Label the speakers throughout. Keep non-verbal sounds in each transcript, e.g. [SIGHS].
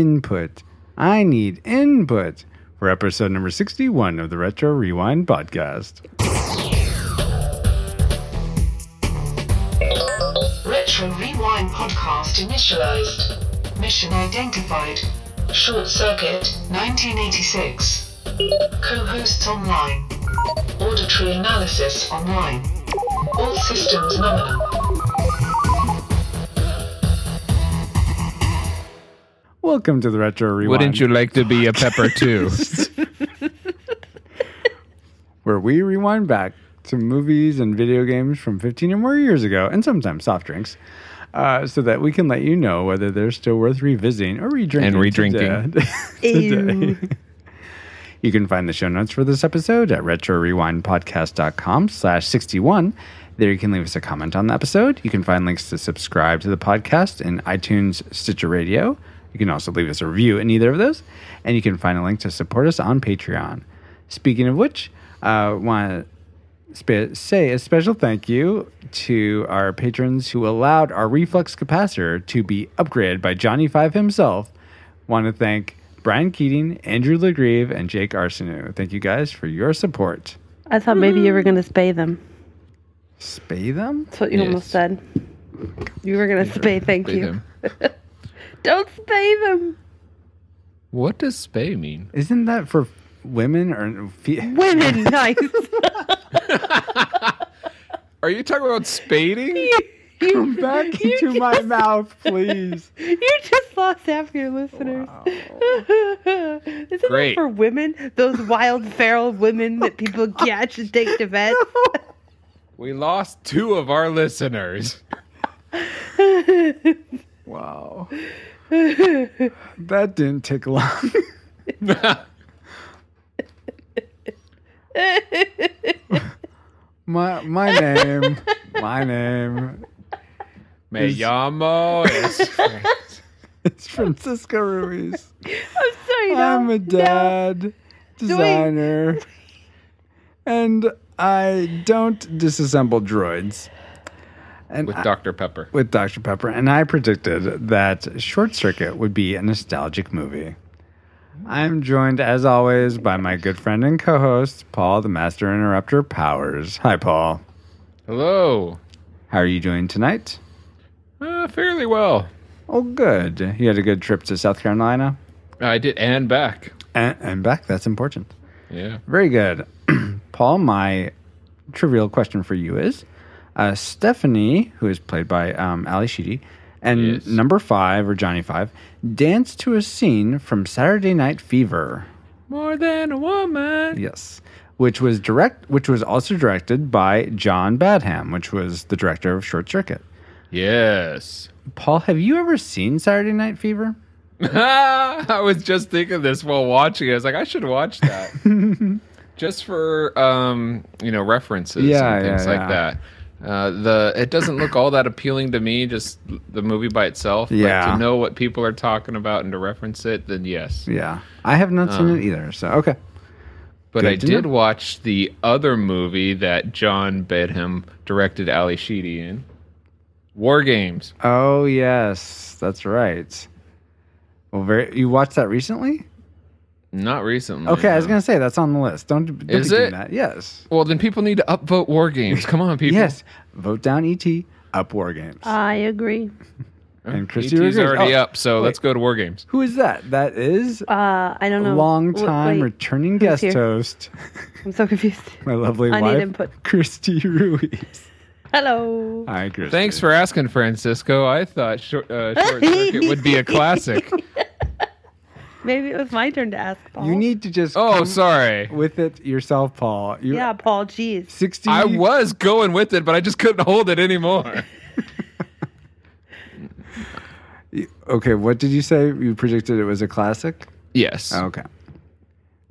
Speaker 1: input. I need input for episode number 61 of the Retro Rewind podcast.
Speaker 2: Retro Rewind podcast initialized. Mission identified. Short circuit 1986. Co hosts online. Auditory analysis online. All systems nominal.
Speaker 1: Welcome to the Retro Rewind.
Speaker 3: Wouldn't you like to be a pepper [LAUGHS] too?
Speaker 1: Where we rewind back to movies and video games from 15 or more years ago, and sometimes soft drinks, uh, so that we can let you know whether they're still worth revisiting or redrinking.
Speaker 3: And redrinking.
Speaker 1: today. [LAUGHS] today. You can find the show notes for this episode at retrorewindpodcast.com slash 61. There you can leave us a comment on the episode. You can find links to subscribe to the podcast in iTunes, Stitcher Radio. You can also leave us a review in either of those. And you can find a link to support us on Patreon. Speaking of which, I uh, want to spe- say a special thank you to our patrons who allowed our reflux capacitor to be upgraded by Johnny Five himself want to thank Brian Keating, Andrew LeGrieve, and Jake Arsenault. Thank you guys for your support.
Speaker 4: I thought maybe you were
Speaker 1: Mm-hmm.
Speaker 4: going to spay them.
Speaker 1: Spay them?
Speaker 4: That's what you
Speaker 3: Yes.
Speaker 4: almost said. You were going to spay, thank
Speaker 3: Spay
Speaker 4: you.
Speaker 3: them.
Speaker 4: [LAUGHS] Don't spay them.
Speaker 3: What does spay mean?
Speaker 1: Isn't that for women or fe- [LAUGHS]
Speaker 4: Women, nice.
Speaker 3: [LAUGHS]
Speaker 4: [LAUGHS]
Speaker 3: Are you talking about spading?
Speaker 4: you,
Speaker 1: back
Speaker 4: You
Speaker 1: into my mouth, please?
Speaker 4: [LAUGHS] you just lost half your listeners. [LAUGHS] Isn't that
Speaker 3: Great.
Speaker 4: for women? Those wild, feral women
Speaker 1: [LAUGHS]
Speaker 4: that people catch and take to vet?
Speaker 3: [LAUGHS] We lost two of our [LAUGHS] listeners.
Speaker 4: [LAUGHS]
Speaker 1: Wow, that didn't take long. [LAUGHS] my my name, my name.
Speaker 3: Me llamo [LAUGHS] es-
Speaker 1: It's Francisco
Speaker 4: [LAUGHS]
Speaker 1: Ruiz.
Speaker 4: I'm sorry, [LAUGHS] no.
Speaker 1: I'm a dad designer, and I don't disassemble droids. And
Speaker 3: with
Speaker 1: I-
Speaker 3: Dr. Pepper.
Speaker 1: with Dr. Pepper, and I predicted that Short Circuit would be a nostalgic movie. I'm joined, as always, by my good friend and co host, Paul the Master Interrupter Powers. Hi, Paul.
Speaker 3: Hello.
Speaker 1: How are you doing tonight?
Speaker 3: Uh, fairly well.
Speaker 1: Oh, good. You had a good trip to South Carolina
Speaker 3: I did and back.
Speaker 1: and, and back. That's important.
Speaker 3: Yeah.
Speaker 1: Very good. [CLEARS THROAT] Paul, my trivial question for you is uh, Stephanie, who is played by um, Ali Sheedy, and
Speaker 3: Yes.
Speaker 1: number five, or Johnny Five, danced to a scene from Saturday Night Fever.
Speaker 3: More than a woman.
Speaker 1: Yes. Which was direct, which was also directed by John Badham, which was the director of Short Circuit.
Speaker 3: Yes.
Speaker 1: Paul, have you ever seen Saturday Night Fever?
Speaker 3: [LAUGHS] I was just thinking this while watching it. I was like, I should watch that.
Speaker 1: [LAUGHS]
Speaker 3: just for um, you know, references
Speaker 1: Yeah,
Speaker 3: and things
Speaker 1: yeah,
Speaker 3: like
Speaker 1: yeah.
Speaker 3: that. Uh, the it doesn't look all that appealing to me, just the movie by itself. But
Speaker 1: Yeah.
Speaker 3: to know what people are talking about and to reference it, then yes.
Speaker 1: Yeah, I have not seen it either. So okay,
Speaker 3: But
Speaker 1: Good
Speaker 3: I
Speaker 1: to
Speaker 3: did
Speaker 1: know.
Speaker 3: watch the other movie that John Bedham directed Ali Sheedy in. War Games.
Speaker 1: oh yes, that's right. Well, very, you watched that recently?
Speaker 3: Not recently.
Speaker 1: Okay, I was
Speaker 3: no.
Speaker 1: gonna say that's on the list. Don't, don't
Speaker 3: Is
Speaker 1: be doing
Speaker 3: it?
Speaker 1: that. Yes,
Speaker 3: Well, then people need to upvote War Games. Come on, people.
Speaker 1: yes. Vote down ET. Up War Games.
Speaker 4: I agree.
Speaker 1: and Christy
Speaker 3: ET's
Speaker 1: agrees.
Speaker 3: E already
Speaker 1: Oh,
Speaker 3: up, so let's go to War Games.
Speaker 1: Who is that? That is
Speaker 4: Uh, I don't know.
Speaker 1: long
Speaker 4: W-
Speaker 1: time
Speaker 4: wait,
Speaker 1: returning guest
Speaker 4: here?
Speaker 1: host, [LAUGHS]
Speaker 4: [LAUGHS] I'm so confused.
Speaker 1: my lovely
Speaker 4: I need
Speaker 1: wife,
Speaker 4: input.
Speaker 1: Christy
Speaker 3: [LAUGHS]
Speaker 1: Ruiz.
Speaker 4: Hello.
Speaker 1: Hi, Christy.
Speaker 3: Thanks for asking, Francisco. I thought short, uh,
Speaker 1: [LAUGHS]
Speaker 3: short circuit would be a classic.
Speaker 4: Maybe it was my turn to ask Paul.
Speaker 1: You need to just
Speaker 3: Oh,
Speaker 1: come
Speaker 3: sorry.
Speaker 1: with it yourself, Paul. You,
Speaker 4: yeah, Paul, jeez.
Speaker 1: sixty.
Speaker 3: I was going with it, but I just couldn't hold
Speaker 1: [LAUGHS]
Speaker 3: it anymore.
Speaker 1: Okay, what did you say? You predicted it was a classic.
Speaker 3: Yes.
Speaker 1: Okay.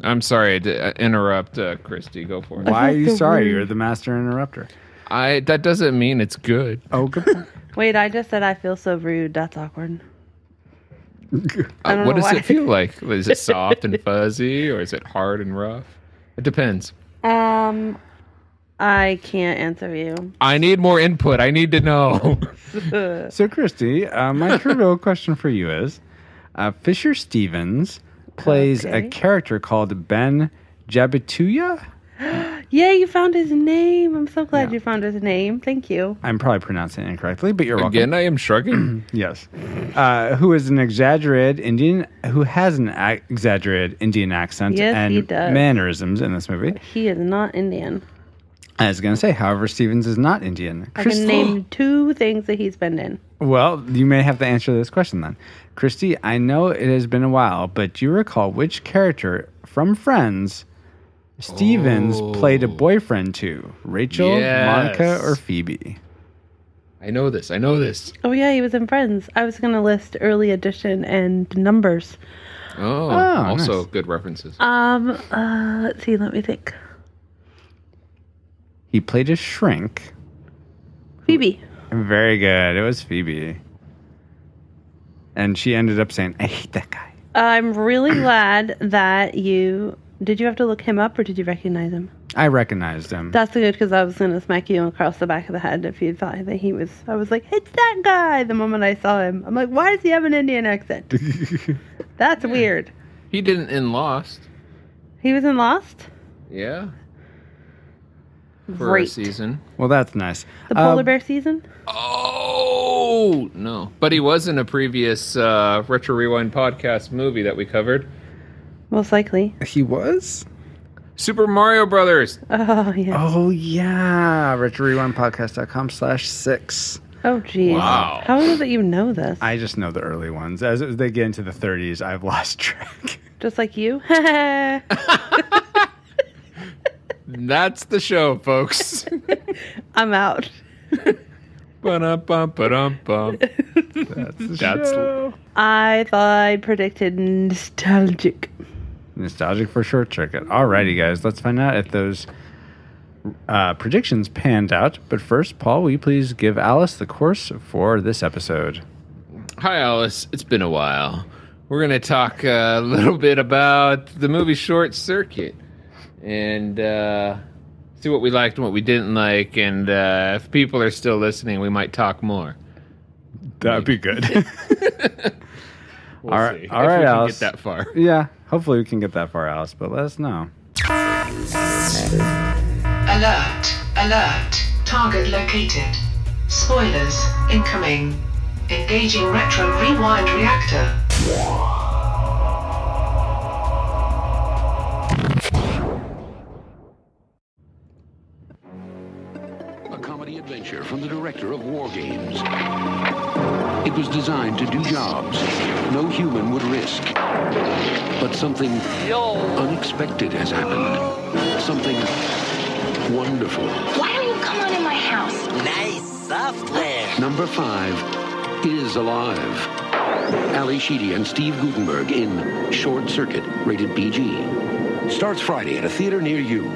Speaker 3: I'm sorry to uh, interrupt, uh, Christy. Go for it.
Speaker 1: Why are
Speaker 4: feel
Speaker 1: you
Speaker 4: so
Speaker 1: sorry?
Speaker 4: rude.
Speaker 1: You're the master interrupter.
Speaker 3: I that doesn't mean it's good.
Speaker 1: Oh, good. [LAUGHS] point.
Speaker 4: [LAUGHS] Wait, I just said I feel so rude. That's awkward.
Speaker 3: Uh,
Speaker 4: don't
Speaker 3: what
Speaker 4: know
Speaker 3: does
Speaker 4: why.
Speaker 3: it feel like?
Speaker 1: [LAUGHS]
Speaker 3: Is it soft and fuzzy, or is it hard and rough? It depends.
Speaker 4: Um, I can't answer you. [LAUGHS]
Speaker 3: I need more
Speaker 1: [LAUGHS]
Speaker 3: input. I need to know.
Speaker 4: [LAUGHS]
Speaker 1: So, Christy, uh, my trivial question for you is Uh, Fisher Stevens plays
Speaker 4: Okay.
Speaker 1: a character called Ben Jabituya.
Speaker 4: Yeah, you found his name. I'm so glad
Speaker 1: Yeah.
Speaker 4: you found his name. Thank you.
Speaker 1: I'm probably pronouncing it incorrectly, but you're welcome.
Speaker 3: Again, I
Speaker 1: [CLEARS THROAT]
Speaker 3: am shrugging.
Speaker 1: Yes. Uh, who is an exaggerated Indian, who has an a- exaggerated Indian accent
Speaker 4: Yes,
Speaker 1: and
Speaker 4: he does.
Speaker 1: mannerisms in this movie.
Speaker 4: He is not Indian.
Speaker 1: I was going to say, however, Stevens is not Indian.
Speaker 4: I
Speaker 1: Christ-
Speaker 4: can name two things that he's been in.
Speaker 1: Well, you may have to answer this question then. Christy, I know it has been a while, but do you recall which character from Friends Stevens
Speaker 3: Oh.
Speaker 1: played a boyfriend to? Rachel,
Speaker 3: Yes.
Speaker 1: Monica, or Phoebe?
Speaker 3: I know this. I know this.
Speaker 4: Oh yeah, he was in Friends. I was gonna list Early Edition and Numbers.
Speaker 3: Oh,
Speaker 1: Ah, nice.
Speaker 3: also good references.
Speaker 4: Um, uh, let's see. Let me think.
Speaker 1: He played a shrink.
Speaker 4: Phoebe.
Speaker 1: Very good. It was Phoebe. And she ended up saying, I hate that guy.
Speaker 4: I'm really glad that you. Did you have to look him up or did you recognize him?
Speaker 1: I recognized him.
Speaker 4: That's good because I was gonna smack you across the back of the head if you thought that he was. I was like, it's that guy. The moment I saw him, I'm like, why does he have an Indian accent? That's weird.
Speaker 3: he didn't in Lost.
Speaker 4: He was in Lost.
Speaker 3: Yeah. For a
Speaker 4: Great.
Speaker 3: season.
Speaker 1: [LAUGHS] well, that's nice.
Speaker 4: The
Speaker 1: Uh,
Speaker 4: polar bear season.
Speaker 3: Oh no! But he was in a previous uh, retro rewind podcast movie that we covered,
Speaker 4: Most likely. [LAUGHS]
Speaker 1: He was?
Speaker 3: Super Mario Brothers.
Speaker 4: Oh yeah.
Speaker 1: Oh, yeah. RetroRewindPodcast.com slash six.
Speaker 4: Oh geez.
Speaker 3: Wow.
Speaker 4: How is it that you know this?
Speaker 1: I just know the early ones. As they get into the 30s, I've [LAUGHS] lost track.
Speaker 4: Just like you. [LAUGHS] I'm
Speaker 3: That's the show, folks.
Speaker 4: out.
Speaker 3: Ba-dum-bum-ba-dum-bum.
Speaker 1: That's, the
Speaker 3: That's-
Speaker 1: show.
Speaker 4: I thought I predicted nostalgic.
Speaker 1: nostalgic for short circuit. Alrighty, guys, let's find out if those uh, predictions panned out. But first, Paul, will you please give Alice the course for this episode?
Speaker 3: Hi, Alice. It's been a while. We're going to talk uh, a little bit about the movie Short Circuit and uh, see what we liked and what we didn't like. And uh, if people are still listening, we might talk more.
Speaker 1: That'd be good.
Speaker 3: We'll
Speaker 1: All right-
Speaker 3: see.
Speaker 1: all
Speaker 3: if
Speaker 1: right,
Speaker 3: we can
Speaker 1: Alice.
Speaker 3: get that far.
Speaker 1: [LAUGHS] yeah, hopefully we can get that far, Alice. But let us know.
Speaker 2: Alert, alert, target located. Spoilers, incoming. Engaging retro rewind reactor.
Speaker 5: a comedy adventure from the director of War Games. It was designed to do jobs no human would risk. But something unexpected has happened. Something wonderful.
Speaker 6: Why don't you come on in my house?
Speaker 7: Nice software.
Speaker 5: Number five is alive. Ali Sheedy and Steve Gutenberg in Short Circuit, rated PG. Starts Friday at a theater near you.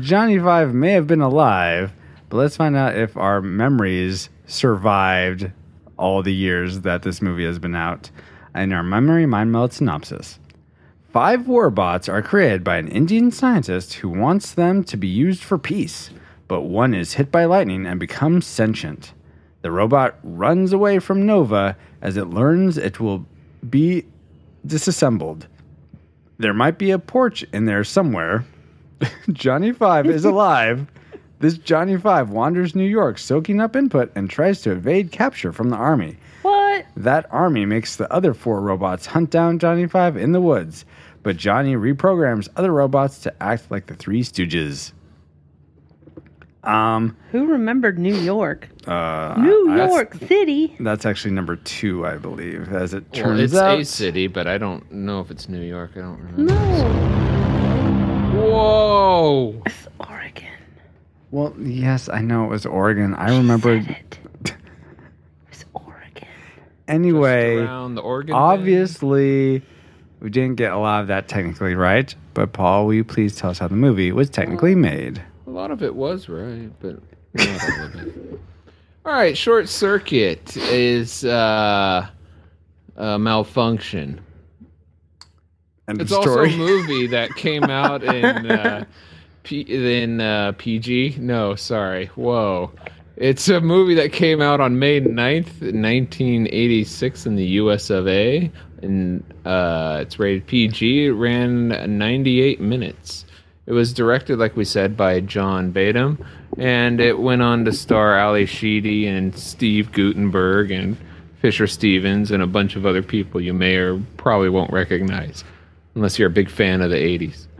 Speaker 1: Johnny Five may have been alive, but let's find out if our memories survived all the years that this movie has been out. In our memory mind meld synopsis, five warbots are created by an Indian scientist who wants them to be used for peace, but one is hit by lightning and becomes sentient. The robot runs away from Nova as it learns it will be disassembled. There might be a porch in there somewhere. Johnny Five is alive. This Johnny Five wanders New York, soaking up input, and tries to evade capture from the army.
Speaker 4: What?
Speaker 1: That army makes the other four robots hunt down Johnny Five in the woods, but Johnny reprograms other robots to act like the Three Stooges. Um,
Speaker 4: Who remembered New York?
Speaker 1: uh,
Speaker 4: New
Speaker 1: I- that's-
Speaker 4: York City.
Speaker 1: That's actually number two, I believe, as it turns
Speaker 3: Well, it's
Speaker 1: out.
Speaker 3: a city, but I don't know if it's New York. I don't remember.
Speaker 4: No,
Speaker 3: Whoa!
Speaker 4: it's Oregon.
Speaker 1: Well, yes, I know it was Oregon. I
Speaker 3: [LAUGHS]
Speaker 1: remember.
Speaker 4: Said it. It was Oregon.
Speaker 1: Anyway.
Speaker 3: Around the Oregon. thing?
Speaker 1: obviously we didn't get a lot of that technically right but paul will you please tell us how the movie was technically made
Speaker 3: A lot of it was right, but not all of it. [LAUGHS] All right, short circuit is uh, a malfunction.
Speaker 1: End
Speaker 3: It's
Speaker 1: of
Speaker 3: also
Speaker 1: story
Speaker 3: a movie that came out in uh, P- in uh, PG. No, sorry. Whoa, It's a movie that came out on May 9th, 1986 in the US of A. And uh, it's rated PG. It ran 98 minutes. It was directed, like we said, by John Badham. And it went on to star Ali Sheedy and Steve Gutenberg and Fisher Stevens and a bunch of other people you may or probably won't recognize unless you're a big fan of the 80s.
Speaker 1: [LAUGHS]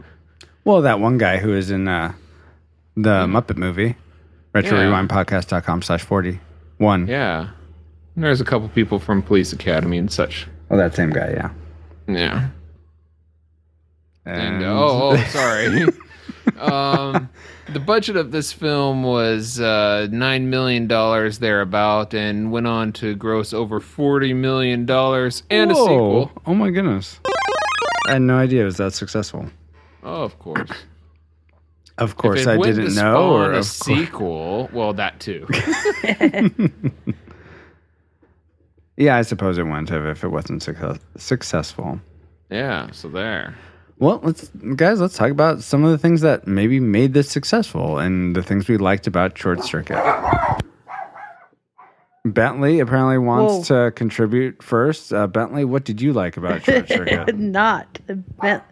Speaker 1: Well, that one guy who is in uh, the Muppet movie, retro
Speaker 3: Mm-hmm. Yeah.
Speaker 1: rewind podcast.com slash 41.
Speaker 3: Yeah. And there's a couple people from Police Academy and such.
Speaker 1: Oh, that same guy, yeah.
Speaker 3: Yeah. And [LAUGHS] oh, oh
Speaker 1: [LAUGHS]
Speaker 3: sorry. um, the budget of this film was uh, nine million dollars thereabout, and went on to gross over forty million dollars and
Speaker 1: Whoa.
Speaker 3: a sequel.
Speaker 1: Oh, my goodness. I had no idea it was that successful.
Speaker 3: Oh, of course.
Speaker 1: Of course,
Speaker 3: If it
Speaker 1: I
Speaker 3: went to
Speaker 1: didn't know.
Speaker 3: spawn
Speaker 1: Or
Speaker 3: a
Speaker 1: of course.
Speaker 3: sequel. Well, that [LAUGHS] too.
Speaker 1: Yeah, I suppose it wouldn't have if it wasn't success- successful.
Speaker 3: yeah. So there.
Speaker 1: Well, let's guys, let's talk about some of the things that maybe made this successful and the things we liked about Short Circuit. Bentley apparently wants to contribute first. Uh, Bentley, what did you like about [LAUGHS] Short Circuit?
Speaker 4: Not. Bent-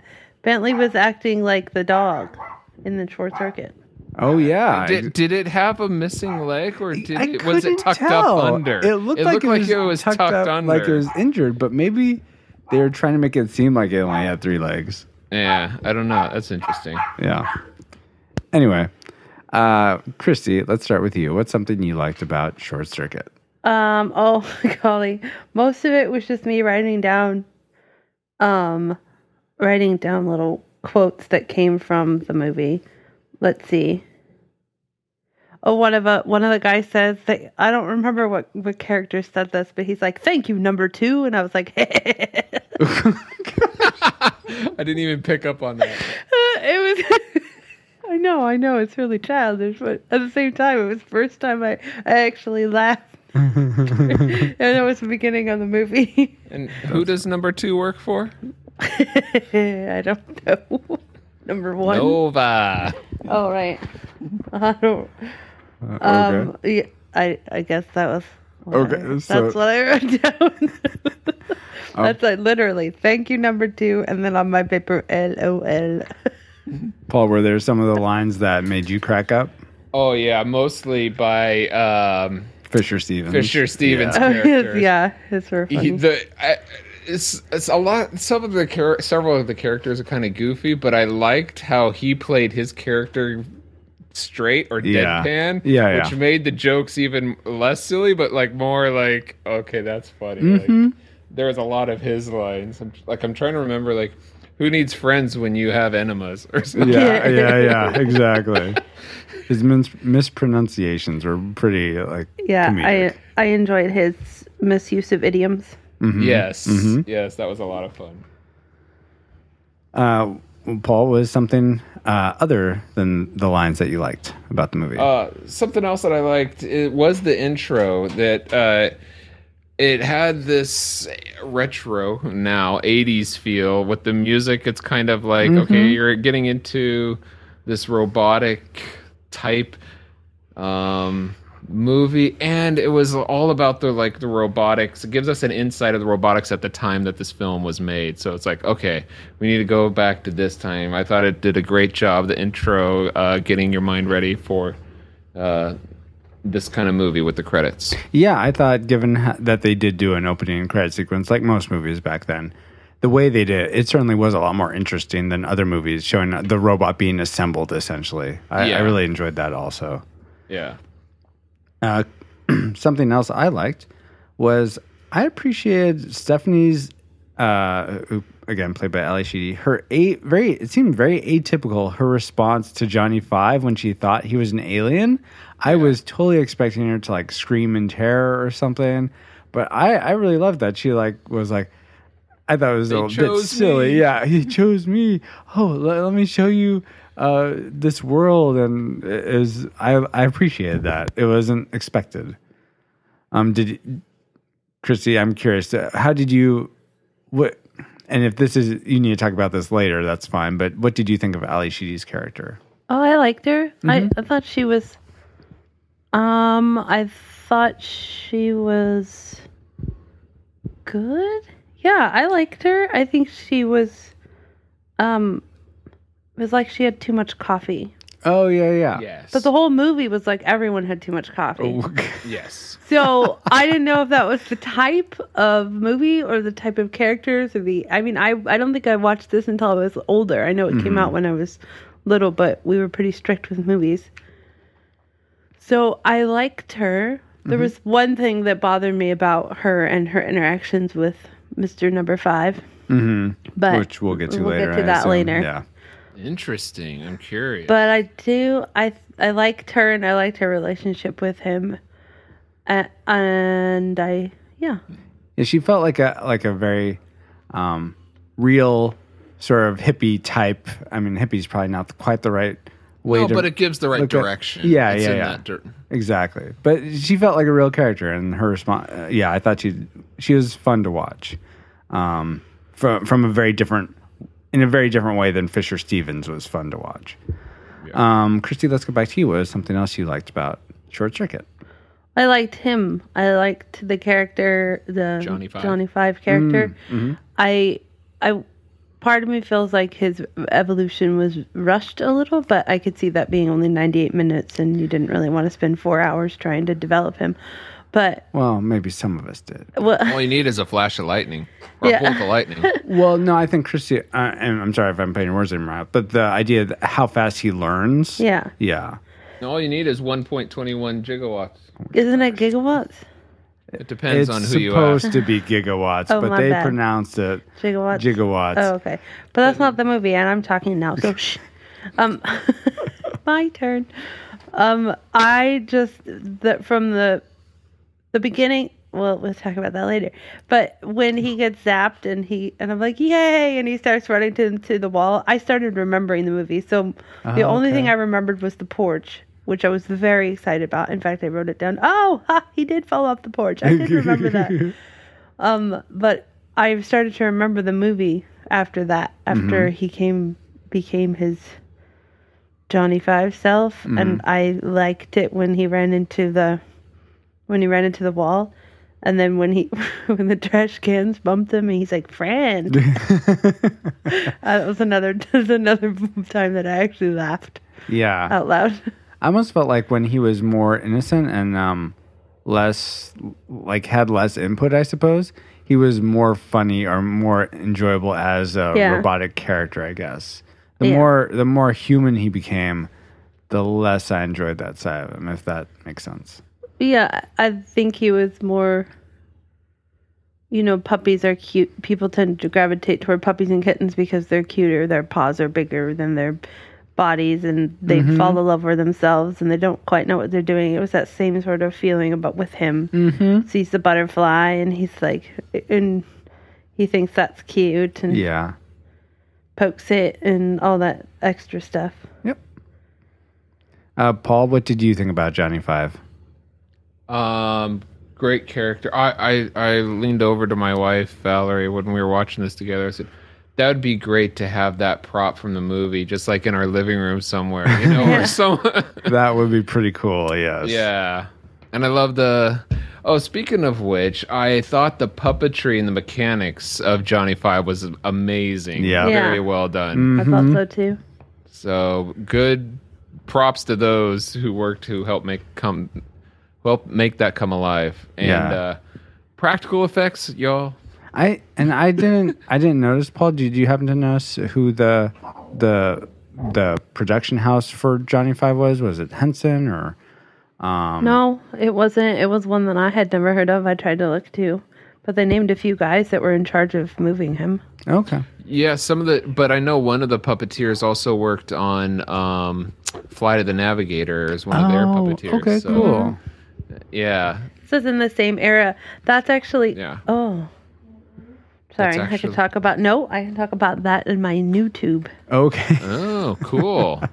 Speaker 4: Bentley was acting like the dog in the short circuit.
Speaker 1: Oh yeah,
Speaker 3: Did, did it have a missing leg, or did
Speaker 1: Uh, I
Speaker 3: it, was it
Speaker 1: couldn't
Speaker 3: tucked
Speaker 1: tell.
Speaker 3: up under?
Speaker 1: It looked like it was, tucked, up,
Speaker 3: under.
Speaker 1: like it was injured, but maybe they were trying to make it seem like it only had three legs.
Speaker 3: yeah, I don't know. That's interesting.
Speaker 1: Yeah. Anyway, uh, Christy, let's start with you. What's something you liked about Short Circuit?
Speaker 4: Um, oh [LAUGHS] golly. Most of it was just me writing down um writing down little quotes that came from the movie. Let's see. Oh, one of a one of the guys says that I don't remember what what character said this, but he's like, "Thank you, number two. and I was like, [LAUGHS] "It
Speaker 3: [LAUGHS] I didn't even pick up on that.
Speaker 4: was." [LAUGHS] I know, I know, it's really childish, but at the same time, it was the first time I I actually laughed, [LAUGHS] and it was the beginning of the movie. [LAUGHS]
Speaker 3: And who does number two work for?
Speaker 4: I don't know. [LAUGHS] Number one.
Speaker 3: Nova.
Speaker 4: Oh right. [LAUGHS] I don't.
Speaker 1: Uh,
Speaker 4: Um. Yeah, I I guess that was. what I-
Speaker 1: Okay, so- Um,
Speaker 4: that's what I
Speaker 1: [LAUGHS]
Speaker 4: wrote [LAUGHS] down. that's like literally. Thank you, number two, and then on my paper, [LAUGHS] LOL.
Speaker 1: Paul, were there some of the lines that made you crack up?
Speaker 3: Oh yeah, mostly by um,
Speaker 1: Fisher Stevens.
Speaker 3: Fisher Stevens
Speaker 4: Oh, yes,
Speaker 3: character.
Speaker 4: yeah, it's very
Speaker 3: He-
Speaker 4: funny.
Speaker 3: the I, it's it's a lot. Some of the char- several of the characters are kind of goofy, but I liked how he played his character straight or
Speaker 1: Yeah.
Speaker 3: deadpan,
Speaker 1: Yeah, yeah.
Speaker 3: which made the jokes even less silly, but like more like okay, that's funny.
Speaker 1: Mm-hmm.
Speaker 3: Like, there was a lot of his lines. I'm, like I'm trying to remember like who needs friends when you have enemas or something.
Speaker 1: Yeah, yeah, yeah, exactly. [LAUGHS] His mis- mispronunciations were pretty like
Speaker 4: Yeah,
Speaker 1: comedic.
Speaker 4: I I enjoyed his misuse of idioms.
Speaker 3: [LAUGHS] Yes,
Speaker 1: Mm-hmm.
Speaker 3: yes, that was a lot of fun.
Speaker 1: Uh, Paul was something uh, other than the lines that you liked about the movie.
Speaker 3: Uh, something else that I liked it was the intro that uh, it had this retro now '80s feel with the music. It's kind of like okay, you're getting into this robotic type um, movie, and it was all about the like the robotics. It gives us an insight of the robotics at the time that this film was made. So it's like, okay, we need to go back to this time. I thought it did a great job. The intro, uh, getting your mind ready for uh, this kind of movie with the credits.
Speaker 1: Yeah, I thought given ho- that they did do an opening and credit sequence like most movies back then, the way they did it, it certainly was a lot more interesting than other movies showing the robot being assembled essentially. I, I
Speaker 3: Yeah.
Speaker 1: really enjoyed that also.
Speaker 3: Yeah.
Speaker 1: Uh, [CLEARS THROAT] something else I liked was I appreciated Stephanie's, uh, who again played by Ali Sheedy. Her eight very it seemed very atypical. Her response to Johnny Five when she thought he was an alien, I was totally expecting her to like scream in terror or something. But I I really loved that she like was like. I thought it was a little bit
Speaker 3: chose
Speaker 1: silly.
Speaker 3: me.
Speaker 1: Yeah, [LAUGHS] he chose me. Oh, let, let me show you uh, this world, and it is I I appreciated that. It wasn't expected. Um, did you- Christy? I'm curious. uh, How did you? What? And if this is you need to talk about this later, that's fine. But what did you think of Ali Sheedy's character?
Speaker 4: Oh, I liked her. I, I thought she was. Um, I thought she was good. Yeah, I liked her. I think she was um it was like she had too much coffee.
Speaker 1: Oh yeah, yeah.
Speaker 3: Yes.
Speaker 4: But the whole movie was like everyone had too much coffee.
Speaker 3: yes.
Speaker 4: So I didn't know if that was the type of movie or the type of characters or the. I mean, I I don't think I watched this until I was older. I know it came out when I was little, but we were pretty strict with movies. So I liked her. There was one thing that bothered me about her and her interactions with Mister Number 5 Mm-hmm.
Speaker 1: [LAUGHS]
Speaker 4: But
Speaker 1: Which we'll get to
Speaker 4: we'll
Speaker 1: later.
Speaker 4: Get to
Speaker 1: I
Speaker 4: that
Speaker 1: assume.
Speaker 4: later.
Speaker 1: Yeah.
Speaker 3: Interesting. I'm curious.
Speaker 4: But I do. I I liked her, and I liked her relationship with him, uh, and I yeah.
Speaker 1: Yeah, she felt like a like a very um, real sort of hippie type. I mean, hippie's probably not quite the right way
Speaker 3: no,
Speaker 1: to
Speaker 3: but it gives the right
Speaker 1: look at-
Speaker 3: direction.
Speaker 1: Yeah,
Speaker 3: It's
Speaker 1: yeah,
Speaker 3: in
Speaker 1: yeah.
Speaker 3: that dir-
Speaker 1: exactly. But she felt like a real character, and her response. Uh, yeah, I thought she she was fun to watch um, from from a very different in a very different way than Fisher Stevens was fun to watch. Um, Christy, let's go back to you. What was something else you liked about Short Circuit?
Speaker 4: I liked him. I liked the character, the
Speaker 3: Johnny Five.
Speaker 4: character. I, I, part of me feels like his evolution was rushed a little, but I could see that being only ninety-eight minutes, and you didn't really want to spend four hours trying to develop him. But
Speaker 1: Well, maybe some of us did.
Speaker 4: well, [LAUGHS]
Speaker 3: All you need is a flash of lightning or
Speaker 4: Yeah.
Speaker 3: a bolt of
Speaker 4: [LAUGHS]
Speaker 3: lightning.
Speaker 1: Well, no, I think Christy, uh, and I'm sorry if I'm putting words in your mouth, but the idea that how fast he learns.
Speaker 4: yeah,
Speaker 1: Yeah.
Speaker 3: No, all you need is 1.21 gigawatts.
Speaker 4: isn't it gigawatts?
Speaker 3: It depends
Speaker 1: it's
Speaker 3: on who you
Speaker 1: supposed
Speaker 3: ask.
Speaker 1: to be gigawatts,
Speaker 4: [LAUGHS] Oh,
Speaker 1: but
Speaker 4: my
Speaker 1: they
Speaker 4: bad.
Speaker 1: pronounce it
Speaker 4: Gigawatts.
Speaker 1: gigawatts.
Speaker 4: Oh, okay. But that's
Speaker 1: Mm.
Speaker 4: not the movie, and I'm talking
Speaker 1: [LAUGHS]
Speaker 4: now, so shh. Um, [LAUGHS] my turn. Um, I just that from the the beginning. Well, we'll talk about that later. But when he gets zapped and he and I'm like, yay! And he starts running to, to the wall. I started remembering the movie, so the
Speaker 1: Oh,
Speaker 4: only thing
Speaker 1: okay.
Speaker 4: I remembered was the porch, which I was very excited about. In fact, I wrote it down. Oh, ha, he did fall off the porch. I did remember that
Speaker 1: [LAUGHS]
Speaker 4: but I started to remember the movie after that. After he came became his Johnny Five self, and I liked it when he ran into the when he ran into the wall, and then when he [LAUGHS] when the trash cans bumped him, and he's like, "Friend." uh, that was another [LAUGHS] that was another time that I actually laughed
Speaker 1: Yeah.
Speaker 4: out loud.
Speaker 1: I almost felt like when he was more innocent and um, less, like, had less input, I suppose, he was more funny or more enjoyable as a
Speaker 4: Yeah.
Speaker 1: robotic character, I guess. The
Speaker 4: Yeah.
Speaker 1: more the more human he became, the less I enjoyed that side of him, if that makes sense.
Speaker 4: Yeah, I think he was more. You know, puppies are cute. People tend to gravitate toward puppies and kittens because they're cuter. Their paws are bigger than their bodies, and they fall in love with themselves, and they don't quite know what they're doing. It was that same sort of feeling about with him. Mm-hmm. Sees the butterfly, and he's like, and he thinks that's cute, and
Speaker 1: Yeah.
Speaker 4: pokes it, and all that extra stuff.
Speaker 1: Yep. Uh, Paul, what did you think about Johnny Five?
Speaker 3: Um, great character. I, I I leaned over to my wife Valerie when we were watching this together. I said, "That would be great to have that prop from the movie, just like in our living room somewhere, you know,
Speaker 4: [LAUGHS]
Speaker 3: or some."
Speaker 1: That would be pretty cool. Yes.
Speaker 3: yeah, and I love the. Oh, speaking of which, I thought the puppetry and the mechanics of Johnny Five was amazing.
Speaker 1: Yeah. Mm.
Speaker 4: Yeah.
Speaker 3: very well done.
Speaker 4: I thought so too.
Speaker 3: So good props to those who worked who helped make come who helped make that come alive. And
Speaker 1: Yeah.
Speaker 3: uh, practical effects, y'all.
Speaker 1: I and I didn't I didn't notice Paul. Did you happen to notice who the the the production house for Johnny Five was? Was it Henson or
Speaker 4: No, it wasn't. It was one that I had never heard of. I tried to look too, but they named a few guys that were in charge of moving him.
Speaker 1: okay?
Speaker 3: Yeah, some of the but I know one of the puppeteers also worked on um Flight of the Navigator as one of their puppeteers.
Speaker 1: Oh, okay,
Speaker 3: so,
Speaker 1: cool.
Speaker 3: Yeah.
Speaker 4: This is in the same era. That's actually.
Speaker 3: Yeah.
Speaker 4: Oh. Sorry,
Speaker 3: That's
Speaker 4: I could
Speaker 3: actually-
Speaker 4: talk about no. I can talk about that in my new tube.
Speaker 1: Okay,
Speaker 3: Oh,
Speaker 1: [LAUGHS]
Speaker 3: cool.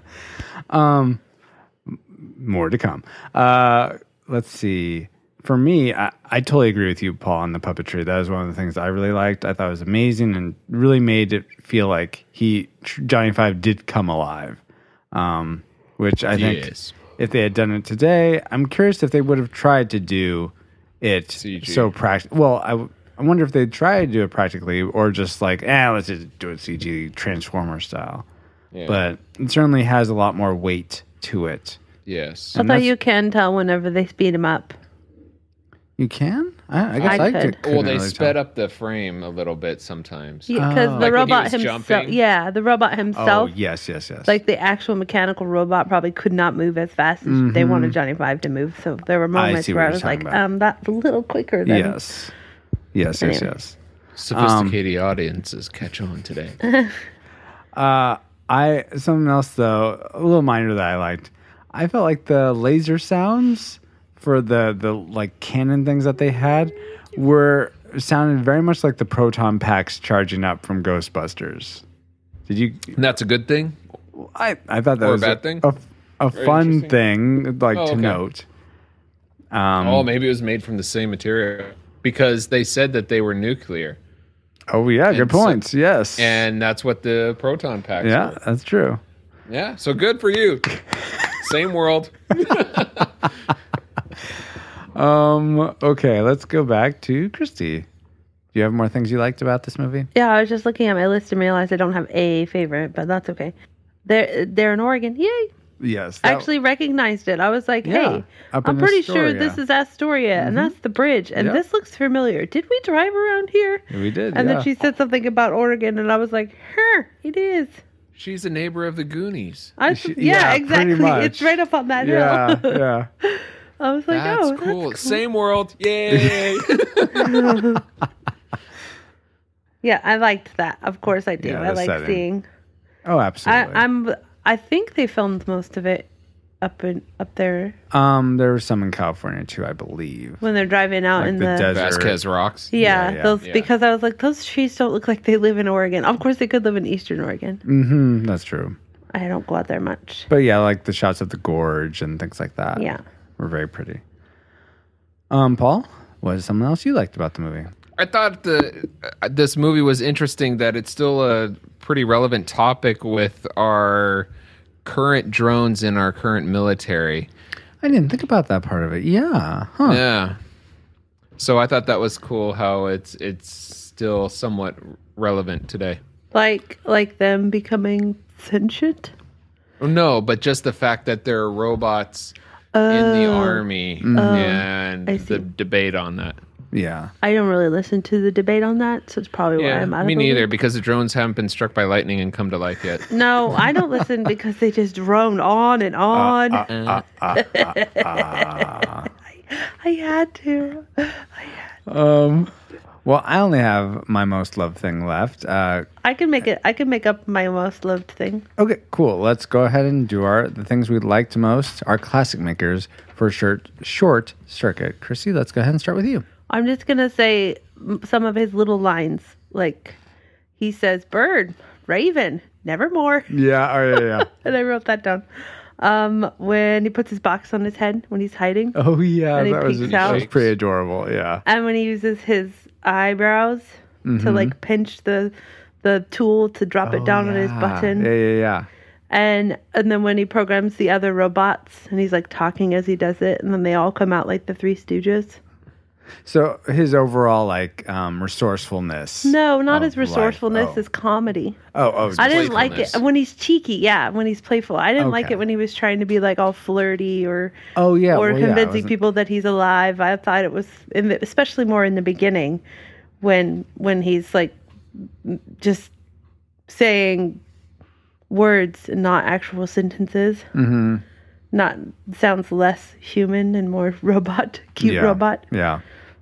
Speaker 1: more to come. Uh, let's see. For me, I, I totally agree with you, Paul, on the puppetry. That was one of the things I really liked. I thought it was amazing and really made it feel like he Johnny Five did come alive, um, which I think
Speaker 3: yes.
Speaker 1: if they had done it today, I'm curious if they would have tried to do it
Speaker 3: CG.
Speaker 1: so practical. Well, I, w- I wonder if they tried to do it practically or just like, eh, let's just do it CG Transformer style.
Speaker 3: Yeah.
Speaker 1: But it certainly has a lot more weight to it.
Speaker 3: yes.
Speaker 4: Although
Speaker 1: that's-
Speaker 4: you can tell whenever they speed them up.
Speaker 1: You can? I, I guess I,
Speaker 4: I
Speaker 1: could.
Speaker 4: could.
Speaker 1: couldn't
Speaker 3: Well, they
Speaker 1: really
Speaker 3: sped
Speaker 1: tell.
Speaker 3: up the frame a little bit sometimes.
Speaker 4: Because
Speaker 1: Oh.
Speaker 4: the
Speaker 1: Like
Speaker 3: when he
Speaker 4: robot
Speaker 3: was
Speaker 4: himself,
Speaker 3: jumping?
Speaker 4: yeah, the robot
Speaker 1: Oh,
Speaker 4: himself,
Speaker 1: yes, yes, yes.
Speaker 4: like the actual mechanical robot, probably could not move as fast as they wanted Johnny Five to move. So there were
Speaker 1: Mm-hmm. I
Speaker 4: moments
Speaker 1: see what
Speaker 4: where I
Speaker 1: you're
Speaker 4: was
Speaker 1: talking
Speaker 4: like,
Speaker 1: about.
Speaker 4: um, that's a little quicker than.
Speaker 1: yes. Yes, yes,
Speaker 4: Anyway.
Speaker 1: yes.
Speaker 3: Sophisticated
Speaker 1: Um,
Speaker 3: audiences catch on [LAUGHS] today.
Speaker 1: I something else though, a little minor that I liked. I felt like the laser sounds for the the like cannon things that they had were sounded very much like the proton packs charging up from Ghostbusters. Did you?
Speaker 3: And that's a good thing.
Speaker 1: I I thought that
Speaker 3: Or a
Speaker 1: was
Speaker 3: bad thing?
Speaker 1: a, a fun
Speaker 3: interesting.
Speaker 1: thing like
Speaker 3: Oh,
Speaker 1: to
Speaker 3: okay.
Speaker 1: note. Um, Hmm.
Speaker 3: oh, maybe it was made from the same material because they said that they were nuclear,
Speaker 1: Oh yeah, good
Speaker 3: And so-
Speaker 1: points. yes,
Speaker 3: and that's what the proton packs.
Speaker 1: yeah,
Speaker 3: were.
Speaker 1: that's true.
Speaker 3: yeah. So good for you. [LAUGHS] same world.
Speaker 1: Um, okay, let's go back to Christy. Do you have more things you liked about this movie?
Speaker 4: Yeah, I was just looking at my list and realized I don't have a favorite, but that's okay. They're they're in Oregon. Yay!
Speaker 1: Yes,
Speaker 4: I
Speaker 1: that-
Speaker 4: actually recognized it. I was like,
Speaker 1: Yeah,
Speaker 4: hey,
Speaker 1: up
Speaker 4: I'm
Speaker 1: in
Speaker 4: pretty sure
Speaker 1: Astoria. Mm-hmm.
Speaker 4: this is Astoria, and that's the bridge, and
Speaker 1: Yep.
Speaker 4: this looks familiar. Did we drive around here?
Speaker 1: we did.
Speaker 4: And
Speaker 1: yeah.
Speaker 4: then she said something about Oregon, and I was like, huh, it is.
Speaker 3: She's a neighbor of the Goonies.
Speaker 4: I was,
Speaker 1: She- yeah,
Speaker 4: yeah,
Speaker 1: pretty
Speaker 4: exactly.
Speaker 1: much.
Speaker 4: It's right up on that [LAUGHS]
Speaker 1: yeah,
Speaker 4: hill.
Speaker 1: yeah.
Speaker 4: I was like,
Speaker 3: that's,
Speaker 4: oh,
Speaker 3: cool. Same world.
Speaker 1: [LAUGHS]
Speaker 3: Yay.
Speaker 4: Yeah, I liked that. Of course I do.
Speaker 1: Yeah,
Speaker 4: I
Speaker 1: the
Speaker 4: like
Speaker 1: setting.
Speaker 4: seeing.
Speaker 1: Oh,
Speaker 4: I,
Speaker 1: absolutely.
Speaker 4: I'm. I think they filmed most of it up in up there
Speaker 1: um, there was some in California too, I believe.
Speaker 4: when they're driving out
Speaker 1: Like
Speaker 4: in
Speaker 1: the
Speaker 4: the,
Speaker 1: desert.
Speaker 3: Vasquez rocks.
Speaker 4: Yeah,
Speaker 1: Yeah, yeah.
Speaker 4: those
Speaker 3: Yeah.
Speaker 4: because I was like, those trees don't look like they live in Oregon. Of course, they could live in Eastern Oregon.
Speaker 1: Mm-hmm, that's true.
Speaker 4: I don't go out there much.
Speaker 1: But yeah, like the shots of the gorge and things like that.
Speaker 4: Yeah.
Speaker 1: were very pretty. Um, Paul, what is something else you liked about the movie?
Speaker 3: I thought the uh, this movie was interesting that it's still a pretty relevant topic with our current drones in our current military.
Speaker 1: I didn't think about that part of it. Yeah, huh?
Speaker 3: Yeah. So I thought that was cool how it's it's still somewhat relevant today.
Speaker 4: Like like them becoming sentient.
Speaker 3: Oh, No, but just the fact that there are robots in the army and
Speaker 4: Oh. I
Speaker 3: the
Speaker 4: see.
Speaker 3: debate on that.
Speaker 1: Yeah.
Speaker 4: I don't really listen to the debate on that, so it's probably why
Speaker 3: Yeah,
Speaker 4: I'm out of
Speaker 3: me
Speaker 4: the loop.
Speaker 3: neither because the drones haven't been struck by lightning and come to life yet.
Speaker 4: No, I don't listen because they just drone on
Speaker 1: Uh,
Speaker 4: and on.
Speaker 1: uh.
Speaker 4: [LAUGHS] I, I had to.
Speaker 1: Um, well, I only have my most loved thing left. Uh,
Speaker 4: I can make it. I can make up my most loved thing.
Speaker 1: Okay, cool. Let's go ahead and do our the things we liked most, our classic makers for short short circuit. Chrissy, let's go ahead and start with you.
Speaker 4: I'm just gonna say m- some of his little lines, like he says, "Bird, raven, nevermore."
Speaker 1: Yeah, oh yeah, yeah.
Speaker 4: [LAUGHS] and I wrote that down. Um, when he puts his box on his head when he's hiding,
Speaker 1: [LAUGHS] oh yeah,
Speaker 4: And he
Speaker 1: that was,
Speaker 4: peeks
Speaker 1: that was
Speaker 3: out.
Speaker 1: pretty adorable. Yeah.
Speaker 4: and when he uses his eyebrows
Speaker 1: Mm-hmm.
Speaker 4: to like pinch the the tool to drop it down on his
Speaker 1: Oh, Yeah.
Speaker 4: button,
Speaker 1: Ah, Yeah, yeah, yeah.
Speaker 4: and and then when he programs the other robots and he's like talking as he does it, and then they all come out like the Three Stooges.
Speaker 1: So his overall like um resourcefulness.
Speaker 4: No, not
Speaker 1: Oh,
Speaker 4: his resourcefulness,
Speaker 1: right. Oh.
Speaker 4: his comedy.
Speaker 1: Oh, oh,
Speaker 4: I didn't like it
Speaker 3: playfulness.
Speaker 4: when he's cheeky. Yeah, when he's playful. I didn't like
Speaker 1: Okay.
Speaker 4: it when he was trying to be like all flirty or
Speaker 1: oh yeah.
Speaker 4: or
Speaker 1: well, yeah, it
Speaker 4: convincing
Speaker 1: wasn't-
Speaker 4: people that he's alive. I thought it was, in the, especially more in the beginning, when when he's like m- just saying words and not actual sentences. Mm-hmm. Not sounds less human and more [LAUGHS] robot, cute
Speaker 1: yeah.
Speaker 4: robot.
Speaker 1: Yeah.